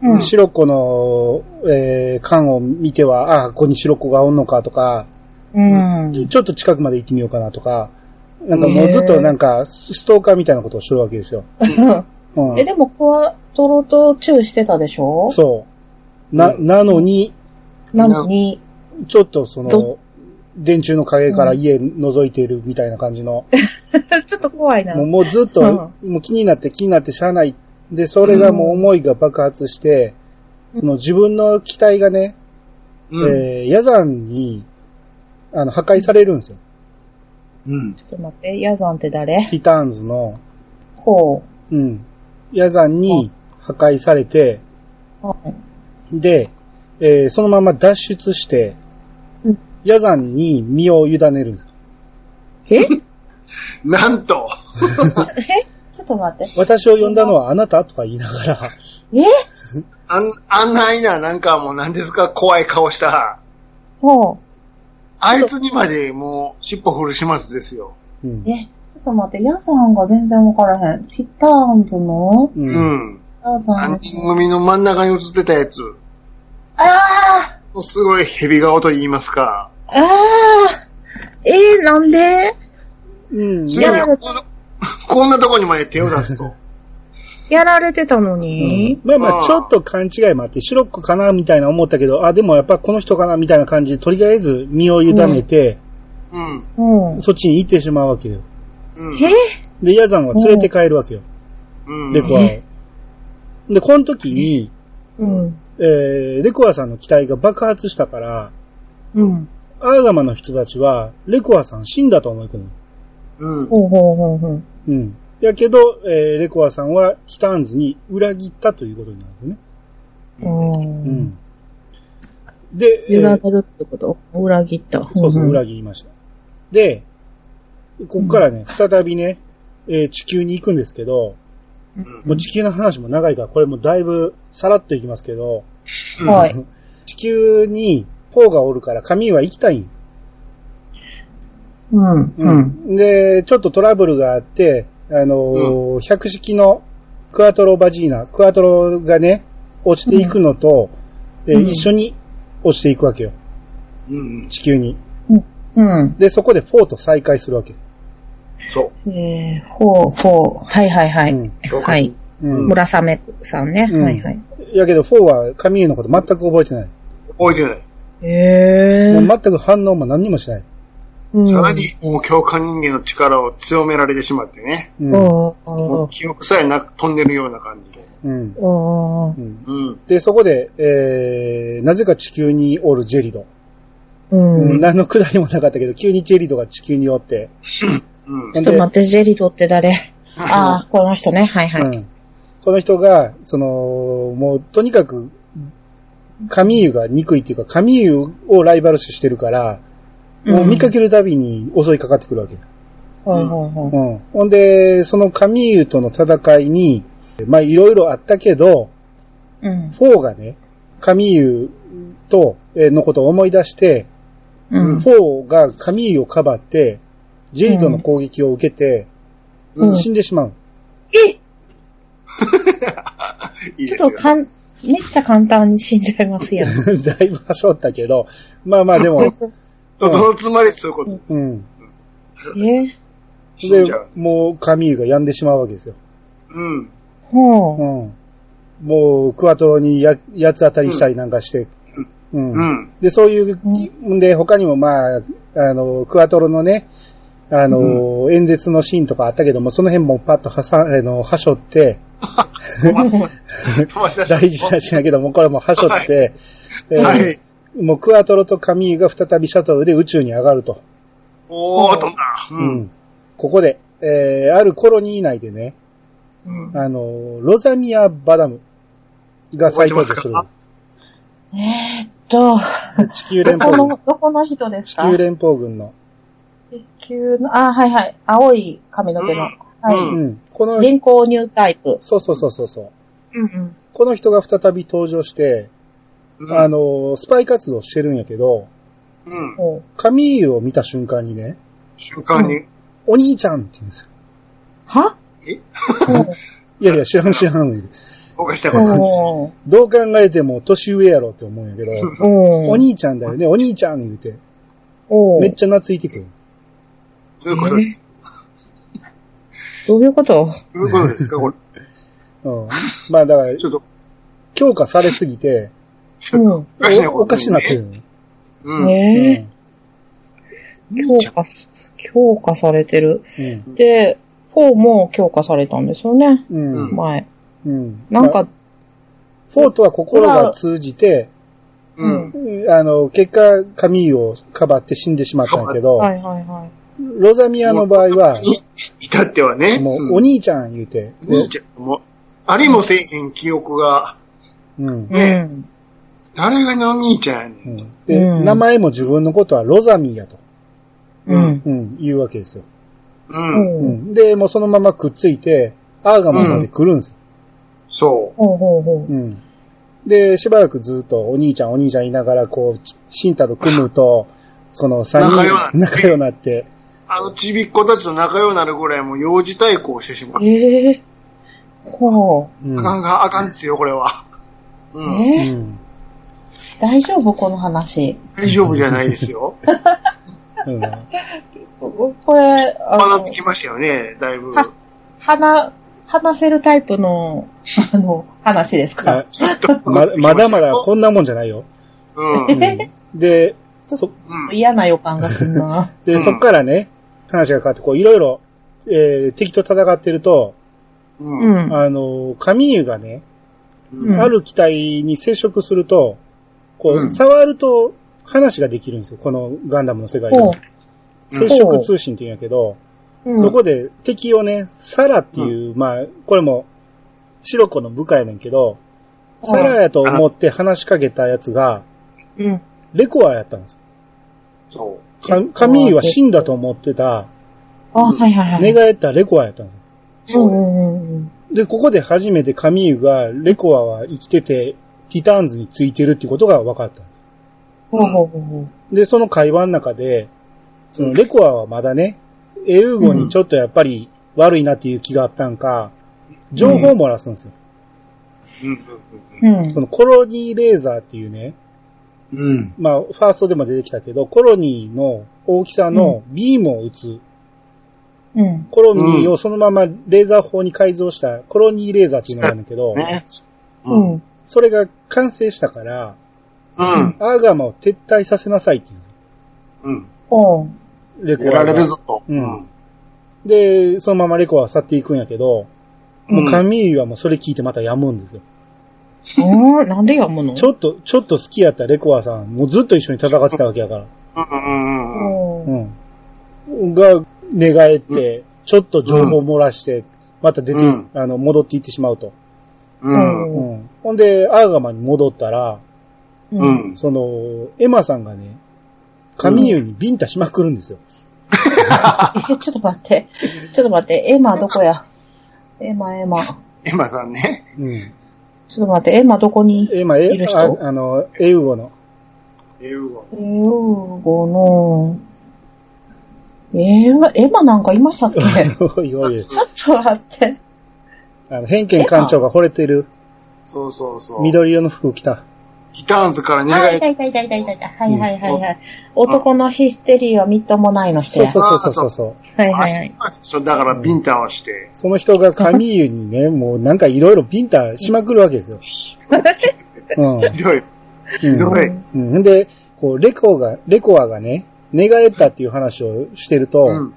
Speaker 2: うん。
Speaker 1: 白子の、えー、缶を見ては、あ、ここに白子がおんのかとか、
Speaker 2: うん。
Speaker 1: ちょっと近くまで行ってみようかなとか、なんかもうずっとなんか、ストーカーみたいなことをしてるわけ ですよ。う
Speaker 2: え、
Speaker 1: ん。
Speaker 2: でも、クワトロとチューしてたでしょ
Speaker 1: そう。な、
Speaker 3: うん
Speaker 1: なのに、
Speaker 2: なのに、
Speaker 1: ちょっとその
Speaker 2: ど、
Speaker 1: 電柱の影から家覗いてるみたいな感じの、
Speaker 2: ちょっと怖いな。
Speaker 1: もう
Speaker 2: う
Speaker 1: もうずっと、もう気になって気になってしゃあない。で、それがもう思いが爆発して、その自分の機体がね、
Speaker 3: うん。
Speaker 1: えー、ヤザンに、あの、破壊されるんですよ。
Speaker 3: うん。
Speaker 2: ちょっと待って、ヤザンって誰
Speaker 1: ティターンズの、
Speaker 2: こ
Speaker 1: うん。ヤザンに破壊されて、
Speaker 2: う。はい
Speaker 1: で、えーそのまま脱出して
Speaker 2: うん、
Speaker 1: ヤザンに身を委ねる。
Speaker 2: え
Speaker 3: なんと、
Speaker 2: えちょっと待って。
Speaker 1: 私を呼んだのはあなたとか言いなが ら、
Speaker 2: え
Speaker 3: あん、あんないな、なんかもう何ですか、怖い顔した。
Speaker 2: ほ
Speaker 3: あいつにまでもう、尻尾振る始末ですよ。
Speaker 1: うん
Speaker 2: う。。え、ちょっと待って、ヤザンが全然わからへん。ティターンズの
Speaker 1: う。
Speaker 3: うんん。
Speaker 2: ヤザンの
Speaker 3: 三人組の真ん中に映ってたやつ。
Speaker 2: あー
Speaker 3: すごい蛇顔と言いますか。
Speaker 2: あーえー、なんで
Speaker 1: うん。
Speaker 3: ついに
Speaker 2: やられ
Speaker 3: こんな こんなとこにまで手を出すと。
Speaker 2: やられてたのに、
Speaker 1: まあま
Speaker 3: あ
Speaker 1: あ、
Speaker 3: あ
Speaker 1: ちょっと勘違いもあって、白子かなみたいな思ったけど、あ、でもやっぱこの人かなみたいな感じで、とりあえず身を委ねて、
Speaker 3: うん。
Speaker 2: うん、
Speaker 1: そっちに行ってしまうわけよ。
Speaker 3: うん。
Speaker 2: へ
Speaker 1: で、ヤザンは連れて帰るわけよ。
Speaker 3: うん。
Speaker 1: レコアを。で、この時に、
Speaker 2: うん。
Speaker 1: えー、レコアさんの機体が爆発したから、
Speaker 2: うん。
Speaker 1: アーガマの人たちは、レコアさん死んだと思い込む。
Speaker 3: うん。
Speaker 2: ほうほうほうほう。
Speaker 1: うん。やけど、えー、レコアさんは、ティターンズに裏切ったということになるんですね。
Speaker 2: うん。
Speaker 1: うん。で、え
Speaker 2: 揺
Speaker 1: ー
Speaker 2: られるってこと裏切った。
Speaker 1: そうそう、
Speaker 2: ん
Speaker 1: 裏切りました。で、こっからね、再びね、えー地球に行くんですけど、
Speaker 3: うん
Speaker 1: もう地球の話も長いから、これもうだいぶさらっと行きますけど、
Speaker 3: うん
Speaker 2: はい
Speaker 1: 地球にポーがおるからカミーは行きたいん。
Speaker 2: うん。うん。
Speaker 1: で、ちょっとトラブルがあって、あのー百式のクアトロバジーナ、クアトロがね、落ちていくのと、えー
Speaker 2: うん
Speaker 1: 一緒に落ちていくわけよ。
Speaker 3: うん。
Speaker 1: 地球に。
Speaker 2: うん。
Speaker 1: で、そこでフォーと再会するわけ。
Speaker 3: そ
Speaker 2: えー、ほうほう。はいはいは
Speaker 1: う
Speaker 2: い。
Speaker 1: ん。
Speaker 3: う。
Speaker 2: はい。
Speaker 1: うん。
Speaker 2: 村雨さんね。
Speaker 1: うん
Speaker 2: はいはい。
Speaker 1: やけど、フォーはカミーのこと全く覚えてない。
Speaker 3: 覚えてない。
Speaker 2: え
Speaker 1: もう全く反応も何にもしない。
Speaker 2: ー。
Speaker 3: さらに、もう強化人間の力を強められてしまってね。
Speaker 1: う。
Speaker 2: うんん。うん。
Speaker 3: もう記憶さえなく飛んでるような感じで。
Speaker 1: うん。
Speaker 2: うん。うん
Speaker 1: うん
Speaker 3: うん。
Speaker 1: で、そこで、えー、なぜか地球におるジェリド。
Speaker 2: うん。
Speaker 1: 何のくだりもなかったけど、急にジェリドが地球におって。
Speaker 3: うん。
Speaker 2: ちょっと待って、ジェリドって誰ああ、この人ね。はいはい。
Speaker 1: うん。この人が、その、もう、とにかく、カミーユが憎いっていうか、カミーユをライバル視してるから、もう見かけるたびに襲いかかってくるわけ。
Speaker 2: はいはいはい。
Speaker 1: うん。ほんで、そのカミーユとの戦いに、まあ、いろいろあったけど、
Speaker 2: うん。
Speaker 1: フォーがね、カミーユと、えーのことを思い出して、
Speaker 2: うん。
Speaker 1: フォーがカミーユをかばって、ジェリドの攻撃を受けて、
Speaker 2: うん
Speaker 1: 死んでしまう。
Speaker 2: え
Speaker 3: いい
Speaker 2: ち
Speaker 3: です
Speaker 2: ょ
Speaker 3: よ
Speaker 2: っと。かん、めっちゃ簡単に死んじゃいますやん。
Speaker 1: だいぶはしょったけど、まあまあで も、
Speaker 3: そのつまりそういうこと。
Speaker 1: うん。
Speaker 2: え
Speaker 3: 死ん
Speaker 1: で
Speaker 3: じゃう。、
Speaker 1: もうカミーユが病んでしまうわけですよ。
Speaker 3: うん。
Speaker 2: ほう。
Speaker 1: うん。もう、クワトロにや、やつ当たりしたりなんかして、うん。
Speaker 3: うん。
Speaker 1: で、そういう、ん、で、他にもまあ、あの、クワトロのね、あの、演説のシーンとかあったけども、その辺もパッとはさ、あの、はしょって、
Speaker 3: 飛ばす。飛ばし出した。
Speaker 1: 大事なシーンだけども、これもはしょって、えー
Speaker 3: はい。
Speaker 1: もうクアトロとカミーユが再びシャトルで宇宙に上がると。
Speaker 3: おー、飛んだ。うん。
Speaker 1: ここで、えー、あるコロニー内でね、
Speaker 2: うん
Speaker 1: あの、ロザミア・バダムが再登場する。
Speaker 3: 覚
Speaker 2: えーっと、
Speaker 1: 地球連
Speaker 2: どこ
Speaker 1: 邦軍
Speaker 2: の、。どこの人です
Speaker 1: 地
Speaker 2: か
Speaker 1: 球連邦軍の。
Speaker 2: 地球の、あ、はいはい。青い髪の毛の。
Speaker 3: うん
Speaker 1: う
Speaker 2: は
Speaker 1: ん。この
Speaker 2: い。、人工乳タイプ。
Speaker 1: そうそうそうそうそう。
Speaker 2: うんうん。
Speaker 1: この人が再び登場して、
Speaker 3: うん
Speaker 1: あの、スパイ活動してるんやけど、
Speaker 3: うん。
Speaker 2: ほう
Speaker 1: カミーユを見た瞬間にね、
Speaker 3: 瞬間に。
Speaker 1: お兄ちゃんって言うんですよ。
Speaker 2: は
Speaker 3: え
Speaker 1: いやいや、知らん知らん言うて。
Speaker 3: おかしたことない。
Speaker 2: お
Speaker 1: どう考えても年上やろって思うんやけど、
Speaker 2: お
Speaker 1: お兄ちゃんだよね、お兄ちゃん言うて、
Speaker 2: お
Speaker 1: めっちゃ懐いてくる。
Speaker 3: どういうことです
Speaker 2: どういうこと
Speaker 3: どういうことですかこれ。
Speaker 1: うん。まあだから
Speaker 3: ち、ょっと、
Speaker 1: 強化されすぎて、
Speaker 3: ちょっと、
Speaker 2: う。
Speaker 3: おかしなこと
Speaker 1: おおかしなってる。
Speaker 3: うんん。
Speaker 2: ねえ。
Speaker 1: う
Speaker 2: 強化す、強化されてる。
Speaker 1: ん。うん
Speaker 2: で、4も強化されたんですよね、。
Speaker 1: うん
Speaker 3: うん
Speaker 2: 前。
Speaker 1: うん。
Speaker 2: なん
Speaker 1: まあ、
Speaker 2: か、
Speaker 1: フォートは心が通じて、
Speaker 3: う
Speaker 2: うん
Speaker 3: ん。
Speaker 1: うんあの、結果、カミーユをかばって死んでしまったんやけど、
Speaker 2: はいはいはい。
Speaker 1: ロザミアの場合は、
Speaker 3: い至ってはね。
Speaker 1: もう、
Speaker 3: ん
Speaker 1: お兄ちゃん言うて、
Speaker 3: お兄ちゃんも、ありもせえへん記憶が、
Speaker 1: うん。
Speaker 2: うん。
Speaker 3: 誰がのお兄ちゃんやね。
Speaker 1: うんんで、
Speaker 2: うん
Speaker 1: 名前も自分のことはロザミーやと、
Speaker 2: うん。
Speaker 1: うん、言うわけですよ。
Speaker 3: うん。
Speaker 1: う
Speaker 2: うん。
Speaker 1: ん。で、もうそのままくっついて、アーガモンまで来るんですよ。
Speaker 3: そ
Speaker 2: ほうほうほ
Speaker 1: うん。で、しばらくずっとお兄ちゃんお兄ちゃん言いながら、こう、ちシンタと組むと、その三
Speaker 3: 仲良なっ
Speaker 1: 人
Speaker 3: て
Speaker 1: 仲良なって、
Speaker 3: う。あのちびっ子たちと仲良くなるぐらいもう幼児対抗してしまう
Speaker 2: う。。ええほ
Speaker 1: うん
Speaker 3: あかんが、あかんっすよ、これは。う
Speaker 2: う。
Speaker 3: ん。
Speaker 1: う
Speaker 2: ええ
Speaker 1: ん。
Speaker 2: 大丈夫この話。
Speaker 3: 大丈夫じゃないですよ。
Speaker 1: うん。
Speaker 2: これ、あ
Speaker 3: 学って
Speaker 2: の、
Speaker 3: きましたよね、だいぶ。
Speaker 2: は話、話せるタイプの、 あの、話ですか
Speaker 1: あままだまだ
Speaker 3: こ
Speaker 1: こんなもんじゃないよ。
Speaker 3: うん。う。
Speaker 1: うんんで、そ、
Speaker 3: うん
Speaker 2: 嫌な予感がするな。
Speaker 1: で、
Speaker 3: うん
Speaker 1: そっからね、話が変わって、こう、いろいろ、えー、敵と戦ってると、
Speaker 2: う
Speaker 3: うん。
Speaker 2: ん。
Speaker 1: あの、カミーユがね、
Speaker 2: うん
Speaker 1: ある機体に接触すると、こう、
Speaker 3: うん
Speaker 1: 触ると話ができるんですよ。このガンダムの世界で
Speaker 2: ほう
Speaker 1: は。。接触通信って言うんやけど、
Speaker 2: うん
Speaker 1: そこで敵をね、サラっていう、まあ、これも、白子の部下やねんけど、
Speaker 2: うん
Speaker 1: サラやと思って話しかけたやつが、
Speaker 2: うん。
Speaker 1: レコアやったんですよ
Speaker 3: そ
Speaker 1: か。カミーユは死んだと思ってた、
Speaker 2: あ、はいはいは
Speaker 1: 寝
Speaker 2: い。
Speaker 1: 返ったレコアやったんですよ
Speaker 3: う。
Speaker 2: うんうんうんうん。
Speaker 1: で、ここで初めてカミーユが、レコアは生きてて、ティターンズについてるってことが分かった。
Speaker 2: ほうほうほうほう。
Speaker 1: で、その会話の中で、そのレコアはまだね、エウゴにちょっとやっぱり悪いなっていう気があったんか、情報を漏らすんですよ。
Speaker 3: うん
Speaker 2: うん
Speaker 1: そ。のコロニーレーザーっていうね、
Speaker 3: うん。うん。
Speaker 1: まあ、ファーストでも出てきたけど、コロニーの大きさのビームを打つ、
Speaker 2: うん。
Speaker 1: コロニーをそのままレーザー砲に改造したコロニーレーザーっていうのがあるんだけど、
Speaker 3: ね。
Speaker 2: う。ん。
Speaker 1: それが完成したから、
Speaker 3: うん。
Speaker 1: アーガマを撤退させなさいっていう。
Speaker 3: うん。
Speaker 2: おう。
Speaker 1: レコ
Speaker 3: や
Speaker 1: アが
Speaker 3: られるぞと。
Speaker 1: うん。で、そのままレコアは去っていくんやけど、もうカミーユはもうそれ聞いてまたやむんですよ。
Speaker 2: うん、なんでやむの
Speaker 1: ちょっと、ちょっと好きやったレコアさん、もうずっと一緒に戦ってたわけやから。
Speaker 3: うんうんうん。
Speaker 2: おう
Speaker 1: うん。が、寝返って、ちょっと情報漏らして、また出て、
Speaker 3: うん
Speaker 1: あの、戻っていってしまうと。
Speaker 3: うん。
Speaker 1: う。
Speaker 2: うん。
Speaker 1: ほんで、アーガマに戻ったら、
Speaker 3: うんん。
Speaker 1: その、エマさんがね、カミーユにビンタしまくるんですよ。
Speaker 2: え、ちょっと待って。ちょっと待って。エマどこやエマ、エマ。ちょ
Speaker 3: エマさんね。
Speaker 1: うん。
Speaker 2: っと待って。エマどこに
Speaker 1: エマ、
Speaker 2: い
Speaker 1: え
Speaker 2: る、人
Speaker 1: ああの、エウゴの。
Speaker 3: 英語。
Speaker 2: エウゴの、エマ、エマなんかいましたっ け
Speaker 1: おいおい、
Speaker 2: ちょっと待って。
Speaker 1: あの、偏見館長が惚れてる、
Speaker 3: そうそうそう。。
Speaker 1: 緑色の服着た。
Speaker 3: ギターンズから
Speaker 2: あ、
Speaker 3: 願
Speaker 2: い
Speaker 3: い
Speaker 2: た。いたいたいたいたいた。はいはいはいはい。男のヒステリーはみっともないの人
Speaker 1: そう
Speaker 2: や。
Speaker 1: そうそうそうそう。
Speaker 2: はいはいはい。
Speaker 3: そうだからビンタをして。
Speaker 1: その人がカミーユにね、もうなんかいろいろビンタしまくるわけですよ。うん。
Speaker 3: ひどい。
Speaker 1: うん
Speaker 3: ひどい。
Speaker 1: うん。んで、こう、レコが、レコアがね、寝返ったっていう話をしてると、
Speaker 3: うん。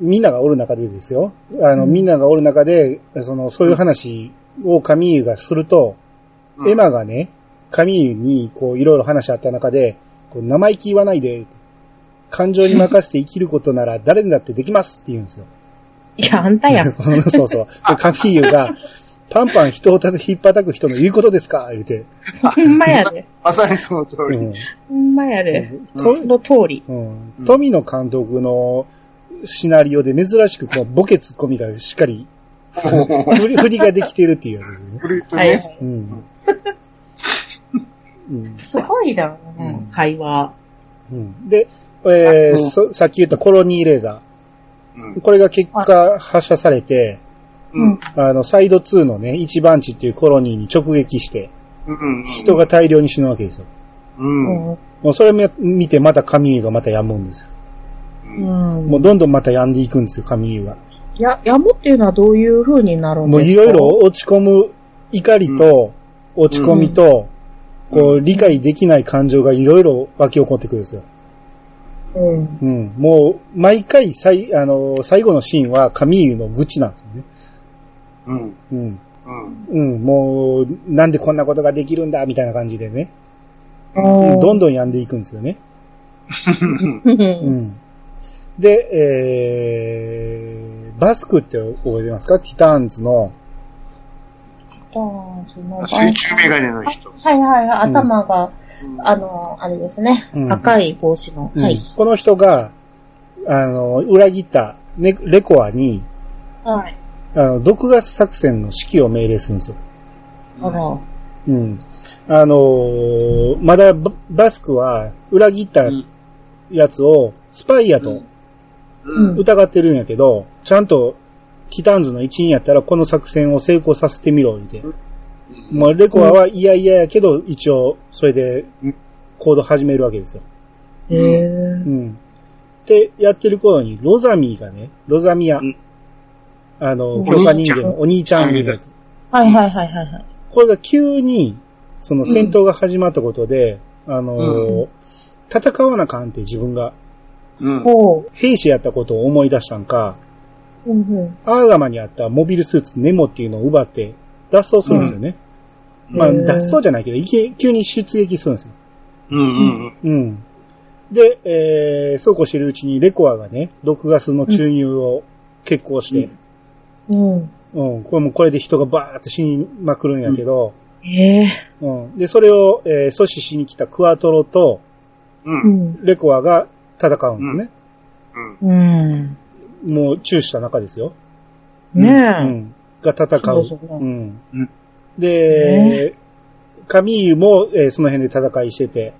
Speaker 1: みんながおる中でですよ。あの、
Speaker 2: うん
Speaker 1: みんながおる中で、その、そういう話をカミーユがすると、エマがね、カミーユに、こう、いろいろ話あった中で、こう生意気言わないで、感情に任せて生きることなら誰にだってできますって言うんですよ。
Speaker 2: いや、あんたや。
Speaker 1: そうそう。で、カミーユが、パンパン人をた引っ叩く人の言うことですか言うて。
Speaker 2: ほんまやで。
Speaker 3: まさにその通
Speaker 1: う
Speaker 3: り。
Speaker 1: ん。
Speaker 2: ほんまやで。
Speaker 1: と
Speaker 2: その通り。
Speaker 1: うん富野監督のシナリオで珍しくこうボケツッコミがしっかり、あの振り振りができてるっていうやつですね。
Speaker 3: ブリット
Speaker 2: はいは
Speaker 3: ね。
Speaker 2: い。
Speaker 1: うん。うん
Speaker 2: すごいな、
Speaker 1: うん
Speaker 2: 会話。
Speaker 1: うんで、えー
Speaker 3: あうん
Speaker 1: そさっき言ったコロニーレーザ
Speaker 3: うん
Speaker 1: ー。これが結果発射されて、
Speaker 3: う
Speaker 2: うん
Speaker 3: ん。
Speaker 1: あの、サイド2のね、一番地っていうコロニーに直撃して、
Speaker 3: うん。
Speaker 1: 人が大量に死ぬわけですよ。
Speaker 3: うん。
Speaker 2: う
Speaker 1: もうそれめ見てまた神湯がまた病むんですよ。
Speaker 3: う
Speaker 2: ん。
Speaker 3: ん。
Speaker 1: もうどんどんまた病んでいくんですよ、神湯が。
Speaker 2: や、やむっていうのはどういう風になるんです
Speaker 1: も
Speaker 2: か
Speaker 1: ういろいろ落ち込む怒りと、落ち込みと、
Speaker 3: うん
Speaker 1: こう、理解できない感情がいろいろ湧き起こってくるんですよ。
Speaker 2: うん。
Speaker 1: うん。もう、毎回、最、あのー、最後のシーンは、神湯の愚痴なんですよね。
Speaker 3: うん。
Speaker 1: うん。
Speaker 3: うん。
Speaker 1: うん、もう、なんでこんなことができるんだ、みたいな感じでね。
Speaker 2: うん
Speaker 1: どんどん病んでいくんですよね。
Speaker 3: うん。
Speaker 2: うん。
Speaker 1: うん。で、えー、バスクって覚えてますかティターンズの、
Speaker 2: その
Speaker 3: 水中メガネの人。
Speaker 2: はいはいはい、
Speaker 1: うん
Speaker 2: 頭が、
Speaker 3: うん
Speaker 2: あ、の、あれですね、
Speaker 1: うん
Speaker 2: 赤い帽子の。
Speaker 1: うん
Speaker 2: はい。
Speaker 1: この人が、あの、裏切った、ね、レコアに、
Speaker 2: はい。
Speaker 1: あの、毒ガス作戦の指揮を命令するんですよ。
Speaker 2: あら。
Speaker 1: うん。あのーまだババスクは裏切った
Speaker 3: うん
Speaker 1: やつをスパイやと
Speaker 3: うん。
Speaker 1: 疑ってるんやけど、ちゃんとティターンズの一員やったらこの作戦を成功させてみろ、言うて。まあ、レコアはいやいややけど、一応、それで
Speaker 3: うん、
Speaker 1: 行動始めるわけですよ。
Speaker 2: へぇ
Speaker 1: うん。ってやってる頃に、ロザミーがね、ロザミア
Speaker 3: うん、
Speaker 1: あの、
Speaker 2: お
Speaker 1: 強化人間のお兄ちゃんみたいなやつ。
Speaker 2: はいはいはいはいはい。
Speaker 1: これが急に、その戦闘が始まったことで、あのー、戦わなあかんって自分が、
Speaker 3: うん。
Speaker 2: ほう。
Speaker 1: 兵士やったことを思い出したんか、
Speaker 2: うんうん。
Speaker 1: アーガマにあったモビルスーツネモっていうのを奪って、脱走するんですよね。
Speaker 3: うん
Speaker 1: まあ、
Speaker 2: へー
Speaker 1: 脱走じゃないけど、いき急に出撃するんですよ。
Speaker 3: うん。うん。
Speaker 1: うん。で、えー、そうこうしてるうちにレコアがね、毒ガスの注入を決行して、
Speaker 2: うん。
Speaker 1: うん、これもこれで人がバーって死にまくるんやけど、
Speaker 2: ええ。
Speaker 1: うん、で、それを、えー阻止しに来たクワトロと
Speaker 3: う。
Speaker 2: うんん。
Speaker 1: レコアが戦うんですね。
Speaker 3: うん。
Speaker 2: うん。
Speaker 1: もう、チューした中ですよ。
Speaker 2: ね
Speaker 1: う
Speaker 2: え。
Speaker 1: ん。が戦
Speaker 2: そう
Speaker 1: う。
Speaker 2: ですよ
Speaker 1: う
Speaker 2: ね
Speaker 1: ん
Speaker 3: うん。
Speaker 1: で、カミーユも、えーその辺で戦いしてて、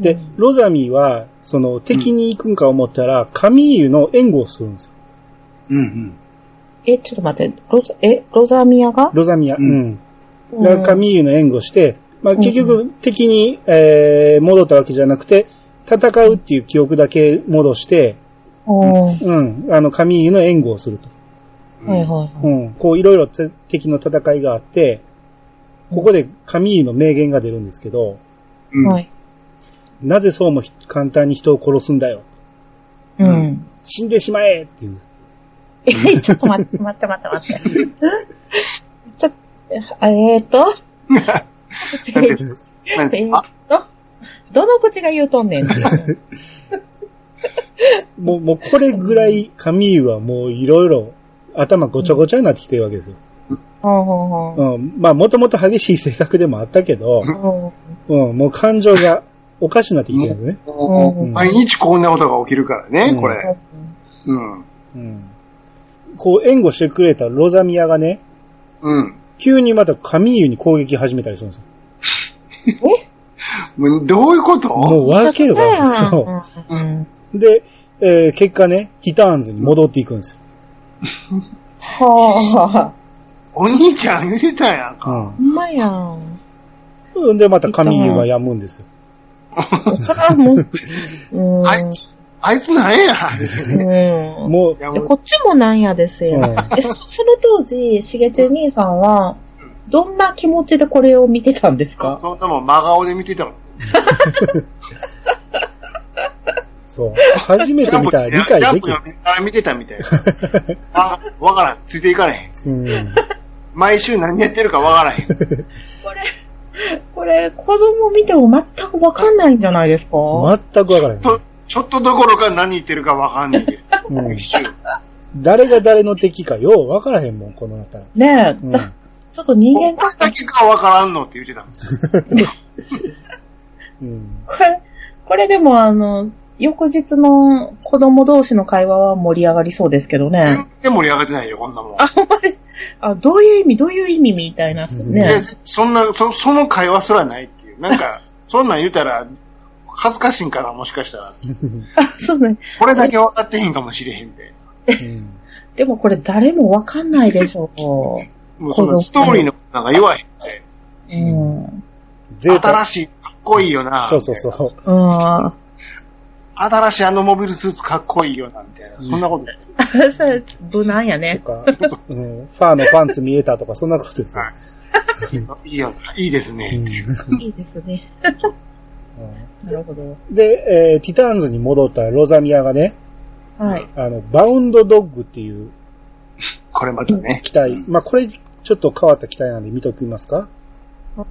Speaker 1: で、ロザミーは、その、敵に行くんか思ったら、カミーユの援護をするんですよ。
Speaker 3: うん。
Speaker 2: え、ちょっと待って、ロザ、え、ロザミアが
Speaker 1: ロザミア。
Speaker 3: う
Speaker 1: うんん。
Speaker 2: うん
Speaker 1: カミーユの援護して、まあ、
Speaker 2: うん
Speaker 1: 結局、敵に、えー戻ったわけじゃなくて、戦うっていう記憶だけ戻して、
Speaker 2: おー
Speaker 1: うん、あの、カミーユの援護をすると。
Speaker 3: うん。
Speaker 2: はいはいはい。
Speaker 1: うん、こういろいろて敵の戦いがあって、ここでカミーユの名言が出るんですけど、
Speaker 3: うん。
Speaker 2: はい。
Speaker 1: なぜそうもひ簡単に人を殺すんだよ。
Speaker 2: うん。
Speaker 1: 死んでしまえっていう。
Speaker 2: え、ちょっと待って、待って待って待って。 ちょっと、えーと、
Speaker 3: なんでなん
Speaker 2: え
Speaker 3: で
Speaker 2: ー
Speaker 3: あ、
Speaker 2: と、どの口が言うとんねんっていう。
Speaker 1: もう、もうこれぐらいカミーユはもういろいろ頭ごちゃごちゃになってきてるわけですよ。
Speaker 2: ほうほうほう
Speaker 1: うん、まあもともと激しい性格でもあったけど、
Speaker 2: うん
Speaker 1: うん、もう感情が おかしになってきてるんですね。
Speaker 3: もう
Speaker 1: うん
Speaker 3: 毎日こんなことが起きるからね
Speaker 1: う、ん
Speaker 3: これ。うん。
Speaker 1: うん。こう援護してくれたロザミアがね、
Speaker 3: うん。
Speaker 1: 急にまたカミーユに攻撃始めたりするんですよ。
Speaker 3: もうどういうこと
Speaker 1: もうわけがわからんそう。
Speaker 2: うんうん。
Speaker 1: で、えー結果ね、ティターンズに戻っていくんですよ。
Speaker 2: は
Speaker 3: お兄ちゃん言ってたやんか。
Speaker 2: あ。ほんまやん。
Speaker 1: うん。で、また神湯が病むんですよ。
Speaker 2: それはもう、うん。
Speaker 3: あいつ、あいつなんや。
Speaker 2: うん。
Speaker 1: もう、
Speaker 3: いや
Speaker 2: で
Speaker 3: も
Speaker 2: こ
Speaker 3: う
Speaker 2: っちもなんやです
Speaker 1: う
Speaker 2: よ。
Speaker 1: ん。
Speaker 2: え、そその当時、しげちゅ兄さんは、どんな気持ちでこれを見てたんですか
Speaker 3: そんなもん真顔で見てたもん。
Speaker 1: そう。初めて見たら理解でき
Speaker 3: ジャ
Speaker 1: る
Speaker 3: ン。プ読みながら見てたみたいな。 あ、わからん。ついていかれへん。
Speaker 1: うん。
Speaker 3: 毎週何やってるかわからへん。
Speaker 2: これ、子供見ても全くわかんないんじゃないですか、
Speaker 1: 全くわからへん。
Speaker 3: とちょっとどころか何言ってるかわかんないです。
Speaker 1: うん
Speaker 3: 一週
Speaker 1: 誰が誰の敵かようわからへんもん、この中。
Speaker 2: ねえ、
Speaker 1: うん
Speaker 2: だ。ちょっと人間
Speaker 3: これだけかわからんのって言ってた。
Speaker 1: うん。
Speaker 2: これ、これでもあの、翌日の子供同士の会話は盛り上がりそうですけどね。
Speaker 3: で盛り上がってないよ、こんなもん。
Speaker 2: あ、ほんまにあ、どういう意味、どういう意味みたいな
Speaker 3: で
Speaker 2: ね。
Speaker 3: そんなそ、その会話すらないっていう。なんか、そんなん言うたら、恥ずかしいんかな、もしかしたら。
Speaker 2: あ、そうね。
Speaker 3: これだけ分かってへんかもしれへんみたいな。
Speaker 2: でもこれ誰もわかんないでしょう。
Speaker 3: もうそのストーリーのことなんか弱いって。
Speaker 2: うん。うん。
Speaker 1: ゼー
Speaker 3: 新
Speaker 1: タ。
Speaker 3: しい、かっこいいよな。
Speaker 1: そうそう
Speaker 3: みたいな。
Speaker 1: そう。
Speaker 3: 新しいあのモビルスーツかっこいいよな、みたいな。そんなことない。
Speaker 2: それ、 無難や
Speaker 1: と
Speaker 2: ね。
Speaker 1: か、うん、ファーのパンツ見えたとか、そんなことですよ。
Speaker 3: いいよな、いいですね、っていう。
Speaker 2: いいですね。
Speaker 1: う
Speaker 2: なるほど。
Speaker 1: んで、えーティターンズに戻ったロザミアがね、
Speaker 2: はい。
Speaker 1: あの、バウンドドッグっていう
Speaker 3: これまたね。
Speaker 1: 機体。まあ、これ、ちょっと変わった機体なんで見ときますか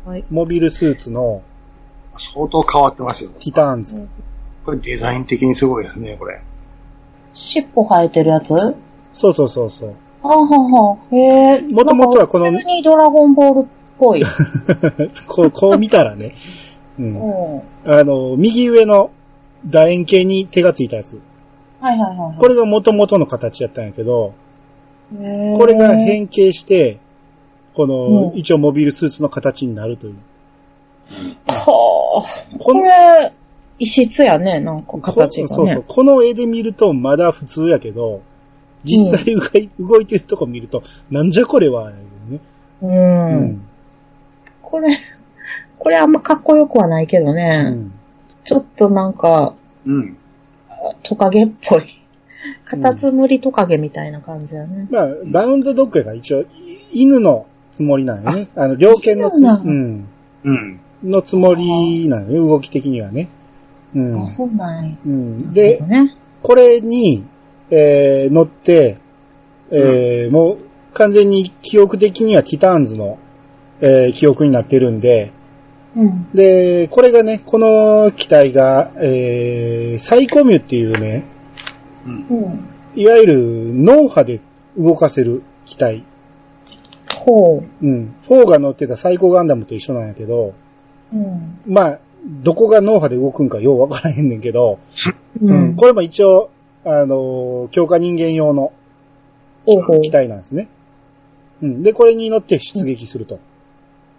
Speaker 2: はい。
Speaker 1: モビルスーツの
Speaker 3: 相当変わってますよ。
Speaker 1: ティターンズ。
Speaker 3: これデザイン的にすごいですね、これ。
Speaker 2: 尻尾生えてるやつは
Speaker 1: そうそうそうそう。
Speaker 2: あははあ。へえ。
Speaker 1: もともとはこの
Speaker 2: なんか普通にドラゴンボールっ ぽい。う
Speaker 1: こう、こう見たらね。うん。
Speaker 2: ん。
Speaker 1: あの、右上の楕円形に手がついたやつ。
Speaker 2: はいはいはいはい。
Speaker 1: これが元々の形やったんやけど、
Speaker 2: れ
Speaker 1: これが変形して、この、
Speaker 2: うん
Speaker 1: 一応モビルスーツの形になるという。
Speaker 2: はあ。
Speaker 1: こ
Speaker 2: こ
Speaker 1: の、
Speaker 2: れ、異質やね、なんか
Speaker 1: こ
Speaker 2: 形がね。
Speaker 1: そうそう。この絵で見るとまだ普通やけど、実際動い,、動いてるとこ見ると、なんじゃこれは、ね。
Speaker 2: う。
Speaker 1: うん
Speaker 2: これ、これあんまかっこよくはないけど
Speaker 1: う
Speaker 2: ね。
Speaker 1: ん
Speaker 2: ちょっとなんか、
Speaker 3: うん。
Speaker 2: トカゲっぽい。カタツムリトカゲみたいな感じやね。
Speaker 1: まあ、バウンドドッグやから一応、犬のつもりなんよね。あの、猟犬のつも
Speaker 2: そう
Speaker 1: り、う。
Speaker 2: なん
Speaker 3: うん。
Speaker 1: のつもりなんよね、動き的にはね。うん
Speaker 2: あ、。そうなんや。
Speaker 1: うん。で、
Speaker 2: ね。
Speaker 1: これに、えー、乗って、えーもう完全に記憶的にはティターンズの、えー記憶になってるんで、
Speaker 2: うん。
Speaker 1: で、これがね、この機体が、えー、サイコミュっていうね、
Speaker 3: うん。
Speaker 2: うん。
Speaker 1: いわゆる脳波で動かせる機体。
Speaker 2: ほ
Speaker 1: うん。フォーが乗ってたサイコガンダムと一緒なんやけど、
Speaker 2: う。うん。
Speaker 1: まあ、どこが脳波で動くんかようわからへんねんけど、
Speaker 2: う
Speaker 1: うん
Speaker 2: ん。
Speaker 1: これも一応、あのー強化人間用の
Speaker 2: ほうほう
Speaker 1: 機。体なんですね。うん。で、これに乗って出撃すると。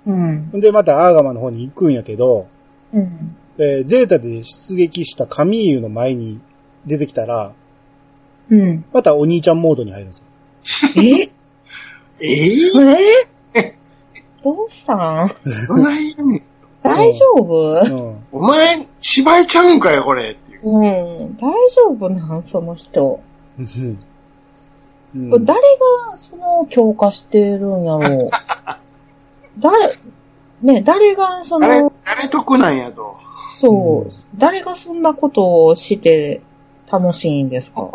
Speaker 2: うん。
Speaker 1: で、またアーガマの方に行くんやけど、
Speaker 2: うん。
Speaker 1: えーゼータで出撃したカミーユの前に出てきたら、
Speaker 2: うん。
Speaker 1: またお兄ちゃんモードに入るんですよ。
Speaker 2: え
Speaker 3: ええ
Speaker 2: えどうしたん
Speaker 3: ー、どない意味
Speaker 2: 大丈夫
Speaker 1: うん。
Speaker 3: お前、芝居ちゃうんかよ、これっていう。
Speaker 2: うん。大丈夫なんその人。
Speaker 1: うん、
Speaker 2: これ誰が、その、強化してるんやろう。誰、ね、誰が、そ
Speaker 3: 誰
Speaker 2: の、、
Speaker 3: 誰得なんやと。
Speaker 2: そううん誰がそんなことをして楽しいんですか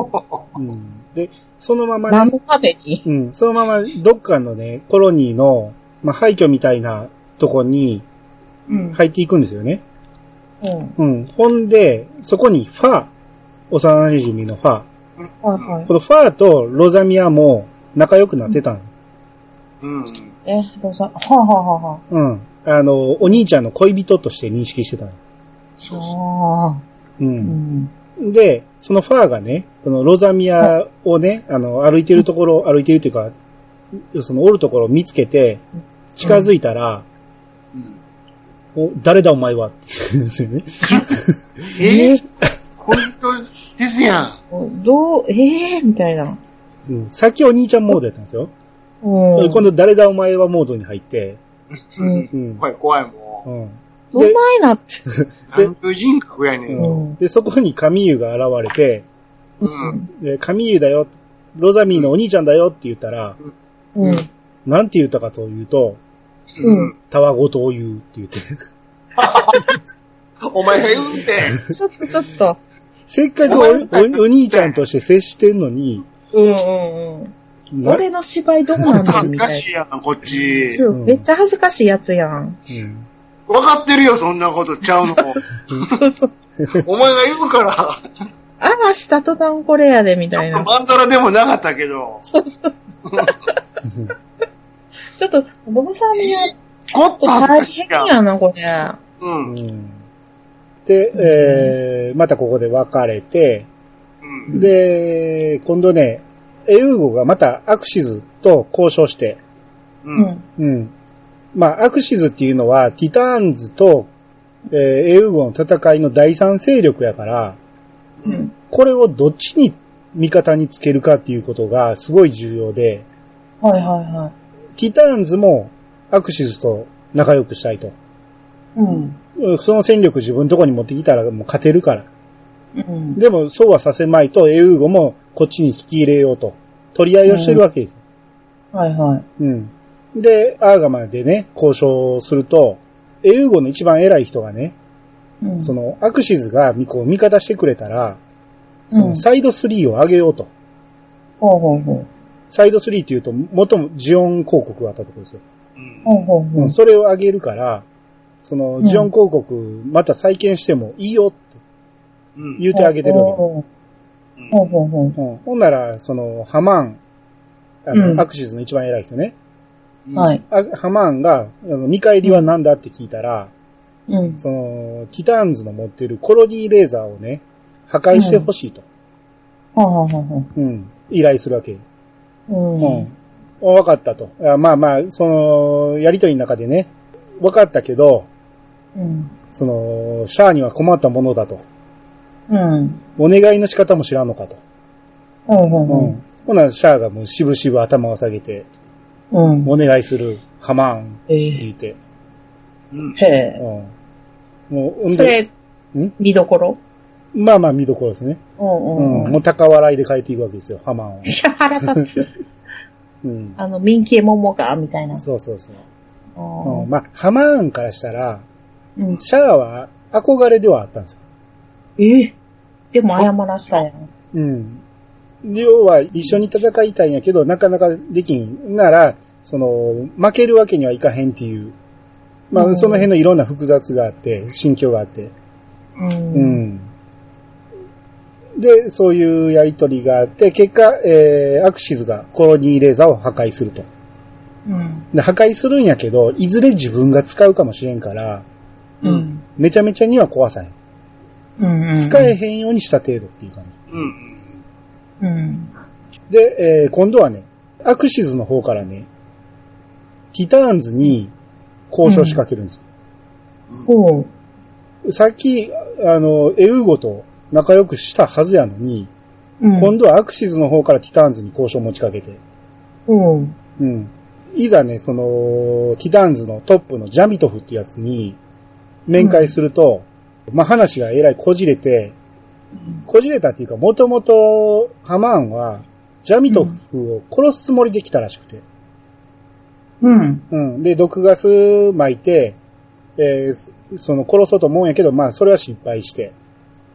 Speaker 1: うんで、そのまま
Speaker 2: 何
Speaker 1: ね、
Speaker 2: のために
Speaker 1: うん、そのままどっかのね、コロニーの、まあ、廃墟みたいなとこに
Speaker 2: うん。
Speaker 1: 入っていくんですよね。
Speaker 2: うん。
Speaker 1: うん。ほんで、そこにファー、幼馴染のファー、
Speaker 2: はいはい。
Speaker 1: このファーとロザミアも仲良くなってたの。
Speaker 3: うん。
Speaker 2: え、どうさ、はあ、はあはあは
Speaker 1: うん。あの、お兄ちゃんの恋人として認識してたの。
Speaker 3: そうそ
Speaker 2: あ。あ
Speaker 1: う。
Speaker 2: ーうんん。
Speaker 1: で、そのファーがね、このロザミアをね、あの、歩いてるところ、歩いてるというか、そのおるところを見つけて、近づいたら、
Speaker 3: う。うん、
Speaker 1: お、誰だお前はって言うんですよね。
Speaker 3: えー、恋人ですやん。
Speaker 2: どう、ええみたいな。
Speaker 1: うん。さっきお兄ちゃんモードやったんですよ。
Speaker 2: うん。
Speaker 1: 今度誰だお前はモードに入って、
Speaker 2: う
Speaker 3: うん
Speaker 2: ん。
Speaker 1: うん。
Speaker 3: 怖い、怖い、も
Speaker 1: うん。
Speaker 2: うまいなって。
Speaker 3: う。何無人格やね。
Speaker 1: うんん、で、そこにカミーユが現れて、
Speaker 3: うん。
Speaker 1: でカミーユだよ、ロザミーのお兄ちゃんだよって言ったら、
Speaker 2: うん。
Speaker 1: なんて言ったかというと、
Speaker 3: うん。
Speaker 1: たわごとを言うって言 って。
Speaker 3: お前が言うんて。
Speaker 2: ちょっとちょっと。
Speaker 1: せっかくおおお兄ちゃんとして接してんのに、
Speaker 2: うんうんうん。
Speaker 1: な
Speaker 2: 俺の芝居どうなんだ
Speaker 3: 恥ず
Speaker 2: み
Speaker 3: か
Speaker 2: たい
Speaker 3: しいやん、こっち。
Speaker 2: な。
Speaker 1: ん
Speaker 2: めっちゃ恥ずかしいやつやん。
Speaker 1: うん
Speaker 3: 分かってるよ、そんなことちゃうの。
Speaker 2: そうそう。
Speaker 3: お前が言うから、
Speaker 2: あらした途端これやで、みたいな。
Speaker 3: まんざらでもなかったけど、
Speaker 2: そうそう。ちょっと、ボブさんにやる
Speaker 3: ごっ
Speaker 2: と
Speaker 3: と
Speaker 2: 大
Speaker 3: 恥ず
Speaker 2: 変
Speaker 3: かしいやん。
Speaker 2: やな、これ。
Speaker 3: う。
Speaker 1: うんんで、えー、またここで別れて、
Speaker 3: うん。
Speaker 1: で、今度ね、エウーゴがまたアクシズと交渉して、
Speaker 3: う。
Speaker 2: うんん。
Speaker 1: うん。まあ、アクシズっていうのは、ティターンズと、えーエウーゴの戦いの第三勢力やから、
Speaker 2: うん。
Speaker 1: これをどっちに味方につけるかっていうことがすごい重要で、
Speaker 2: はいはいは
Speaker 1: ティターンズもアクシズと仲良くしたいと。
Speaker 2: い。うん。
Speaker 1: うんその戦力自分のとこに持ってきたらもう勝てるから。
Speaker 2: うん。
Speaker 1: でもそうはさせまいと、エウーゴもこっちに引き入れようと。取り合いをしてるわけです。
Speaker 2: はいはい。
Speaker 1: うん。で、アーガマでね、交渉すると、エウーゴの一番偉い人がね、
Speaker 2: うん。
Speaker 1: その、アクシズが、こう、味方してくれたら、そうの、
Speaker 2: ん
Speaker 1: サイド3を上げようと。
Speaker 2: ほうほうほう。
Speaker 1: サイド3っていうと、元もジオン広告があったところですよ。
Speaker 3: うん
Speaker 2: ほうほう
Speaker 1: う、。
Speaker 2: ほうん
Speaker 1: それを上げるから、その、
Speaker 2: うん
Speaker 1: ジオン広告、また再建してもいいよって
Speaker 3: うん。
Speaker 1: 言うてあげてるわけ。
Speaker 2: ほうほうほうほう。
Speaker 1: うん、ほんなら、その、ハマン、あの、
Speaker 2: うん
Speaker 1: アクシズの一番偉い人ね。
Speaker 3: うん
Speaker 2: はい。
Speaker 1: あハマーンが、あの見返りは何だって聞いたら、
Speaker 2: うん。
Speaker 1: その、ティターンズの持ってるコロニーレーザーをね、破壊してほしいと、
Speaker 2: はあ、はあはあは
Speaker 1: うん。依頼するわけ。
Speaker 2: あ、うん。
Speaker 1: うん。分かったと。あまあまあ、その、やりとりの中でね、分かったけど、
Speaker 2: うん。
Speaker 1: その、シャアには困ったものだと。
Speaker 2: うん。
Speaker 1: お願いの仕方も知らんのかと。
Speaker 2: ほうほう
Speaker 1: うん。
Speaker 2: ほ
Speaker 1: ほな、シャアがもうしぶしぶ頭を下げて、
Speaker 2: う。うん。
Speaker 1: お願いする、ハマーン
Speaker 2: え
Speaker 1: って
Speaker 2: ー
Speaker 1: 言って。
Speaker 3: うん。
Speaker 2: へ
Speaker 1: う
Speaker 2: え。
Speaker 1: ん。もう、ほん
Speaker 2: そ
Speaker 1: で、
Speaker 2: れ
Speaker 1: ん、
Speaker 2: 見どころ
Speaker 1: まあまあ見どころですね。
Speaker 2: うんうん
Speaker 1: う。
Speaker 2: うんん。
Speaker 1: もう高笑いで変えていくわけですよ、ハマーンを
Speaker 2: い。や、腹 立つ。
Speaker 1: うん。
Speaker 2: あの、ミンキエモモが、みたいな。
Speaker 1: そうそうそう。
Speaker 2: う
Speaker 1: うんん、まあ、ハマーンからしたら、
Speaker 2: うん。
Speaker 1: シャアは憧れではあったんですよ。
Speaker 2: えでも謝らしたやん。
Speaker 1: うん。要は、一緒に戦いたいんやけど、なかなかできん。なら、その、負けるわけにはいかへんっていう。ま
Speaker 2: う
Speaker 1: あ、
Speaker 2: ん
Speaker 1: その辺のいろんな複雑があって、心境があって。
Speaker 2: う。
Speaker 1: うんん。で、そういうやりとりがあって、結果、えー、アクシズがコロニーレーザーを破壊すると。
Speaker 2: うん。
Speaker 1: で破壊するんやけど、いずれ自分が使うかもしれんから、
Speaker 2: うん。うん。
Speaker 1: めちゃめちゃには壊さへん。
Speaker 2: うん。
Speaker 1: 使えへんようにした程度っていう感じ。
Speaker 3: うん。
Speaker 2: うん。
Speaker 1: で、えー今度はね、アクシズの方からね、ティターンズに交渉しかけるんですよ。
Speaker 2: ほう。
Speaker 1: さっき、あの、エウーゴと仲良くしたはずやのに、
Speaker 2: うん。
Speaker 1: 今度はアクシズの方からティターンズに交渉を持ちかけて、
Speaker 2: ほう。
Speaker 1: うん。いざね、その、ティターンズのトップのジャミトフってやつに面会すると、まあ、話がえらいこじれて、こじれたっていうか、もともとハマーンは、ジャミトフを殺すつもりで来たらしくて。
Speaker 2: うん。
Speaker 1: うん。で、毒ガス巻いて、えーそその、殺そうと思うんやけど、まあ、それは失敗して。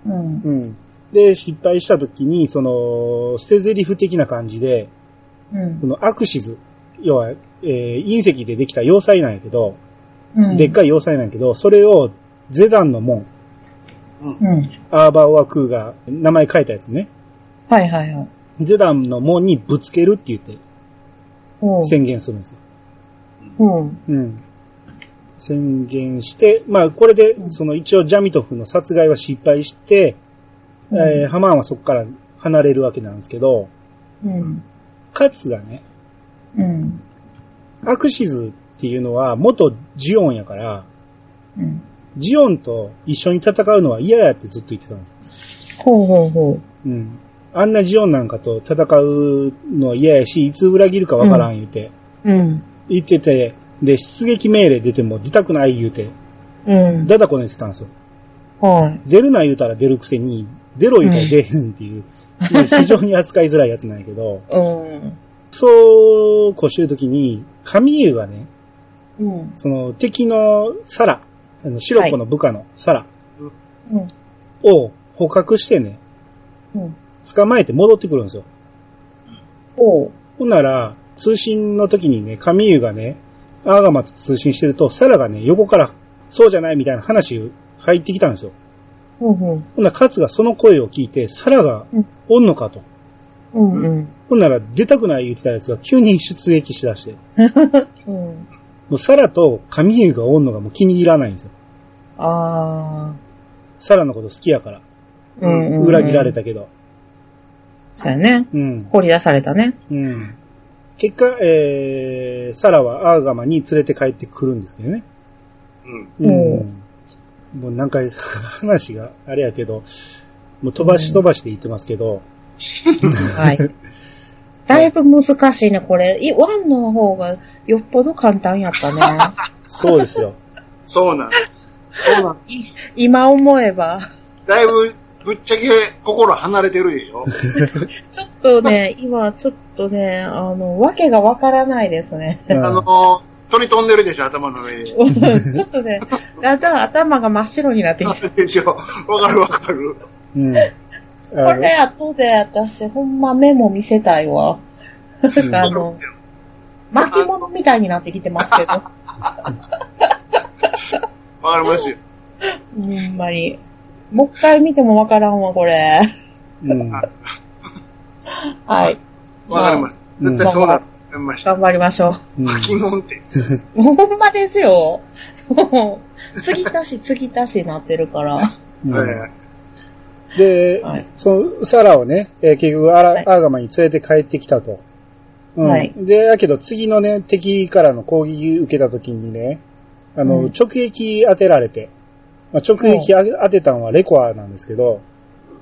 Speaker 2: うん。
Speaker 1: うん。で、失敗した時に、その、捨て台詞的な感じで、
Speaker 2: うん
Speaker 1: こ。のアクシズ、要は、えー隕石でできた要塞なんやけど、
Speaker 2: うん。
Speaker 1: でっかい要塞なんやけど、それを、ゼダンの門、
Speaker 3: うん。
Speaker 2: うん。
Speaker 1: アーバーオアクーが、名前書いたやつね。
Speaker 2: はいはいはい。
Speaker 1: ゼダンの門にぶつけるって言って、
Speaker 2: ほう。
Speaker 1: 宣言するんですよ。
Speaker 2: ほう。
Speaker 1: うん。宣言して、まあ、これで、その一応ジャミトフの殺害は失敗して、
Speaker 2: うん
Speaker 1: えーハマーンはそこから離れるわけなんですけど、
Speaker 2: うん。
Speaker 1: カツがね、
Speaker 2: うん。
Speaker 1: アクシズっていうのは元ジオンやから、
Speaker 2: うん。
Speaker 1: ジオンと一緒に戦うのは嫌やってずっと言ってたんです。
Speaker 2: ほうほうほう。
Speaker 1: うん。あんなジオンなんかと戦うのは嫌やし、いつ裏切るかわからん言うて、
Speaker 2: うん。
Speaker 1: 言ってて、で、出撃命令出ても出たくない言うて、
Speaker 2: うん。
Speaker 1: ダダこねてたんですよ。
Speaker 2: はい。
Speaker 1: 出るな言うたら出るくせに、出ろ言うたら出へんっていう、まあ 非常に扱いづらいやつなんやけど、
Speaker 2: うん。
Speaker 1: そうこうしてるときに、神湯がね、
Speaker 2: うん。
Speaker 1: その敵のサラ、あの、シロコの部下のサラ
Speaker 2: うん。
Speaker 1: を捕獲してね、
Speaker 2: うん。
Speaker 1: 捕まえて戻ってくるんですよ。
Speaker 2: ほう。
Speaker 1: ほんなら、通信の時にね、神湯がね、アーガマと通信してると、サラがね、横から、そうじゃないみたいな話入ってきたんですよ。
Speaker 2: ほうほう。
Speaker 1: ほんなら、カツがその声を聞いて、サラが
Speaker 2: うん、
Speaker 1: おんのかと。
Speaker 2: うんうん。
Speaker 1: ほんなら出たくない言ってたやつが急に出撃しだして、
Speaker 2: うん。
Speaker 1: もうサラと神優がおんのがもう気に入らないんですよ。
Speaker 2: あ
Speaker 1: サラのこと好きやから。
Speaker 2: あ。うんうん、
Speaker 1: 裏切られ。たけど。
Speaker 2: そうやね。
Speaker 1: うん。
Speaker 2: 掘り出されたね。
Speaker 1: うん。結果、えー、サラはアーガマに連れて帰ってくるんですけどね。
Speaker 3: う
Speaker 2: お
Speaker 3: ん。
Speaker 2: う
Speaker 1: うん。もうなんか 話があれやけど、もう飛ばし飛ばしで言ってますけど、
Speaker 2: はい。 だいぶ難しいね、これ。いワンの方がよっぽど簡単やった ね。
Speaker 1: そうですよ。
Speaker 3: そうなん。そうなん。
Speaker 2: 今思えば。
Speaker 3: だいぶ、ぶっちゃけ心離れてるでしょ。
Speaker 2: ちょっと ね、今ちょっとね、あの、わけがわからないですね。
Speaker 1: うん
Speaker 3: あの、鳥飛んでるでしょ、頭の上で。
Speaker 2: ちょっとね、だんだん頭が真っ白になってきた。
Speaker 3: でしょ。わかるわかる。
Speaker 1: うん。
Speaker 2: こ
Speaker 1: あの
Speaker 2: れ、後で私、ほんまメモ見せたいわ。なんかあ の、巻物みたいになってきてますけど、
Speaker 3: わかりますよ。
Speaker 2: ほんまに。もう一回見てもわからんわ、これ。
Speaker 1: うん。
Speaker 2: はい。
Speaker 3: わかりま
Speaker 1: う
Speaker 3: す。
Speaker 1: ん
Speaker 3: 絶対そうなる。わかりました。
Speaker 2: 頑張りましょ
Speaker 1: うん
Speaker 3: 巻きもんって。
Speaker 2: う。もうほんまですよ。もう、 次足し次足しになってるから。
Speaker 1: うん
Speaker 3: はい
Speaker 1: で、
Speaker 2: はい。
Speaker 1: そのサラをね、えー結局アラ、
Speaker 2: はい
Speaker 1: アーガマンに連れて帰ってきたと。うん。
Speaker 2: はい
Speaker 1: で、だけど次のね、敵からの攻撃受けた時にね、あの、
Speaker 2: うん
Speaker 1: 直撃当てられて、まあ、直撃あ当てたのはレコアなんですけど、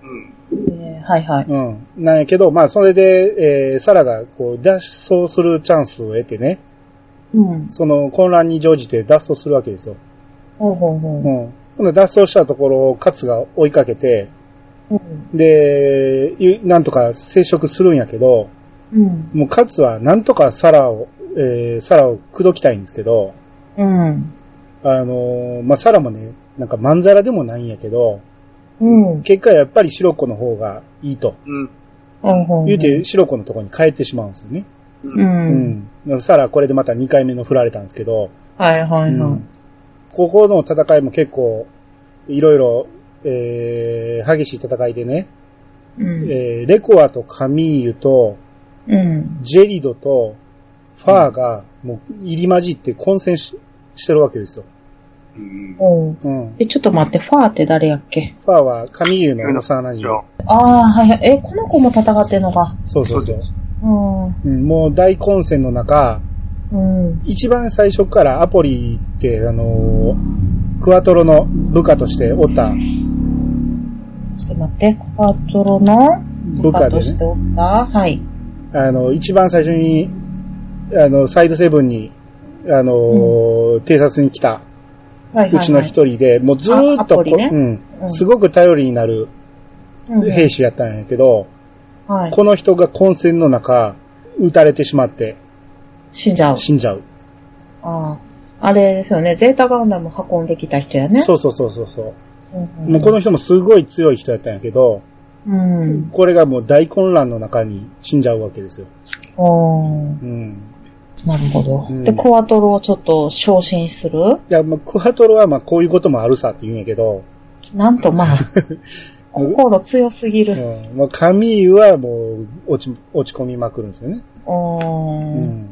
Speaker 3: うん。
Speaker 2: えーはいはい。
Speaker 1: うん。なんやけど、まあ、それで、えーサラが、こう、脱走するチャンスを得てね、
Speaker 2: うん。
Speaker 1: その混乱に乗じて脱走するわけですよ。
Speaker 2: ほうほうほ
Speaker 1: うん。
Speaker 2: う。
Speaker 1: ほんで脱走したところをカツが追いかけて、
Speaker 2: うん。
Speaker 1: で、ゆなんとか接触するんやけど、
Speaker 2: うん。
Speaker 1: もうカツはなんとかサラを、えーサラを口説きたいんですけど、
Speaker 2: うん。
Speaker 1: あのーまあ、サラもね、なんかまんざらでもないんやけど、
Speaker 2: うん。
Speaker 1: 結果やっぱりシロコの方がいいと。
Speaker 3: うん。
Speaker 2: ほほ
Speaker 1: 言うて、シロコのところに帰ってしまうんですよね。
Speaker 2: う。
Speaker 1: うんだからサラはこれでまた2回目の振られたんですけど、
Speaker 2: はいはいは
Speaker 1: う
Speaker 2: い
Speaker 1: ん。ここの戦いも結構、いろいろ、えー激しい戦いでね、
Speaker 2: うん。
Speaker 1: えーレコアとカミーユと、
Speaker 2: うん。
Speaker 1: ジェリドとファーが、もう入り混じって混戦ししてるわけですよ。
Speaker 3: うん。
Speaker 2: うん。
Speaker 1: うん。
Speaker 2: え、ちょっと待って、ファーって誰やっけ
Speaker 1: ファーは神優の幼い
Speaker 3: じゃあ
Speaker 1: よ。
Speaker 2: ああ、はいはい。え、この子も戦ってんのか。
Speaker 1: そうそうそう
Speaker 3: そ
Speaker 2: う
Speaker 3: う。
Speaker 2: ん。う
Speaker 1: うん、もう大混戦の中、
Speaker 2: ん。
Speaker 1: 一番最初からアポリって、あのークワトロの部下としておった
Speaker 2: ちょっと待って、コパトロの
Speaker 1: 部下で
Speaker 2: とし
Speaker 1: ね
Speaker 2: て、おったはい。
Speaker 1: あの、一番最初に、あの、サイドセブンに、あのー偵察に来た、
Speaker 2: はいはい、はいう
Speaker 1: ちの一人で、もうずーっ
Speaker 2: あア
Speaker 1: と
Speaker 2: ポ
Speaker 1: こ、
Speaker 2: リね
Speaker 1: う、
Speaker 2: うんん
Speaker 1: すごく頼りになる
Speaker 2: うん
Speaker 1: 兵士やったんやけど、
Speaker 2: はい。
Speaker 1: この人が混戦の中、撃たれてしまって、
Speaker 2: 死んじゃう。
Speaker 1: 死んじゃう。
Speaker 2: ああ。あれですよね。ゼータガンダム運んできた人やね。
Speaker 1: そうそうそうそうそう。
Speaker 2: うんうん。
Speaker 1: もうこの人もすごい強い人やったんやけど、
Speaker 2: うん。
Speaker 1: これがもう大混乱の中に死んじゃうわけですよ。
Speaker 2: おー
Speaker 1: うん。
Speaker 2: なるほど。
Speaker 1: うん
Speaker 2: で、コアトロをちょっと昇進する
Speaker 1: いや、まあ、クハトロはまあこういうこともあるさって言うんやけど、
Speaker 2: なんと まあ、心強すぎ
Speaker 1: う
Speaker 2: る。
Speaker 1: ん。まあ、カミーユはもう落ち、落ち込みまくるんですよね。
Speaker 2: お
Speaker 1: う
Speaker 2: ー
Speaker 1: ん。